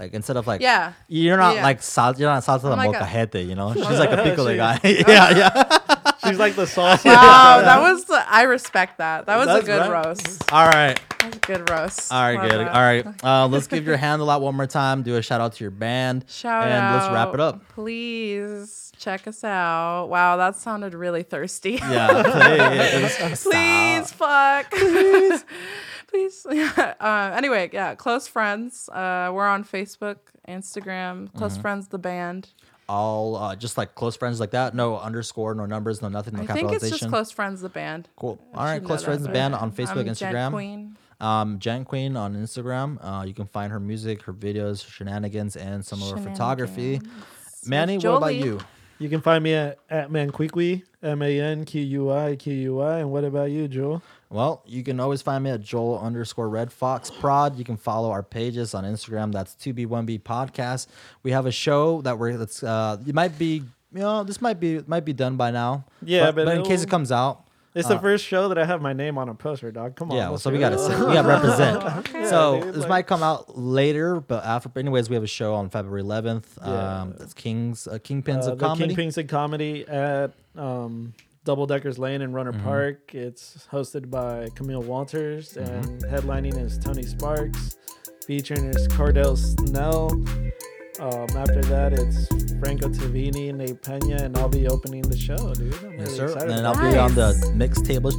Speaker 4: like instead of like.
Speaker 3: Yeah.
Speaker 4: You're not
Speaker 3: Yeah.
Speaker 4: like sal- You're not salsa de
Speaker 3: I'm like a-
Speaker 4: molcajete. you know. She's like a pico de gallo. yeah, yeah.
Speaker 1: She's like the sauce.
Speaker 3: Wow, Oh, that was the, I respect that. That was
Speaker 4: That's
Speaker 3: a good
Speaker 4: right.
Speaker 3: roast.
Speaker 4: All right.
Speaker 3: That was a good roast.
Speaker 4: All right,
Speaker 3: Love
Speaker 4: good.
Speaker 3: that.
Speaker 4: All right. Uh, let's give your handle out one more time. Do a shout out to your band.
Speaker 3: Shout
Speaker 4: and
Speaker 3: out.
Speaker 4: let's wrap it up.
Speaker 3: Please check us out. Wow, that sounded really thirsty.
Speaker 4: Yeah. Please.
Speaker 3: Please, fuck. Please. Please. uh, anyway,
Speaker 4: Mm-hmm.
Speaker 3: yeah, Close Friends. Uh, we're on Facebook, Instagram, Close Friends, the band.
Speaker 4: all uh, just like close friends like that. No underscore, no numbers, no nothing, no
Speaker 3: I think
Speaker 4: capitalization.
Speaker 3: it's just Close Friends, the band.
Speaker 4: Cool.
Speaker 3: I
Speaker 4: All right,
Speaker 3: should know
Speaker 4: Close
Speaker 3: that,
Speaker 4: Friends
Speaker 3: but-
Speaker 4: Band on Facebook,
Speaker 3: I'm Jen
Speaker 4: Instagram.
Speaker 3: Queen.
Speaker 4: Um, Jen Queen on Instagram. Uh, you can find her music, her videos, her shenanigans, and some of her photography. Manny, what about
Speaker 3: Jolie.
Speaker 4: you?
Speaker 1: You can find me at, at Manquiqui, M A N Q U I Q U I. And what about you, Joel?
Speaker 4: Well, you can always find me at Joel underscore Red Fox Prod. You can follow our pages on Instagram. That's 2B1B Podcast. We have a show that we're that's uh it might be you know, this might be might be done by now.
Speaker 1: Yeah,
Speaker 4: but,
Speaker 1: but
Speaker 4: in case
Speaker 1: it'll-
Speaker 4: it comes out,
Speaker 1: It's
Speaker 4: Uh,
Speaker 1: the first show that I have my name on a poster, dog. Come on.
Speaker 4: yeah. Well,
Speaker 1: let's
Speaker 4: so we
Speaker 1: do
Speaker 4: gotta
Speaker 1: it.
Speaker 4: we gotta represent.
Speaker 1: Yeah,
Speaker 4: so
Speaker 1: dude,
Speaker 4: this
Speaker 1: like-
Speaker 4: might come out later, but after. But anyways, we have a show on February 11th.
Speaker 1: Yeah.
Speaker 4: Um, that's Kings uh, Kingpins
Speaker 1: Uh,
Speaker 4: of
Speaker 1: the
Speaker 4: Comedy.
Speaker 1: Kingpins of Comedy at um, Double Deckers Lane in
Speaker 4: Mm-hmm.
Speaker 1: Runner Park. It's hosted by Camille Walters,
Speaker 4: Mm-hmm.
Speaker 1: and headlining is Tony Sparks. Featuring is Cordell Snell. Um, after that, it's Franco Tavini, Nate Pena, and I'll be opening the show, dude. I'm
Speaker 4: Yes,
Speaker 1: really
Speaker 4: sir.
Speaker 1: excited
Speaker 4: And then
Speaker 1: about
Speaker 4: I'll
Speaker 1: it.
Speaker 4: be on the
Speaker 3: Nice.
Speaker 4: mixtables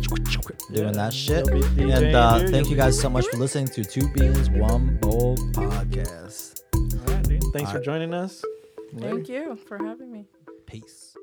Speaker 4: doing
Speaker 1: Yeah.
Speaker 4: that shit.
Speaker 1: You'll be
Speaker 4: And
Speaker 1: DJing,
Speaker 4: uh,
Speaker 1: dude.
Speaker 4: thank you
Speaker 1: You'll
Speaker 4: guys so much for listening to Two Beans One Bowl podcast.
Speaker 1: All right, dude. Thanks
Speaker 4: All
Speaker 1: for
Speaker 4: right.
Speaker 1: joining us. Later.
Speaker 3: Thank you for having me.
Speaker 4: Peace.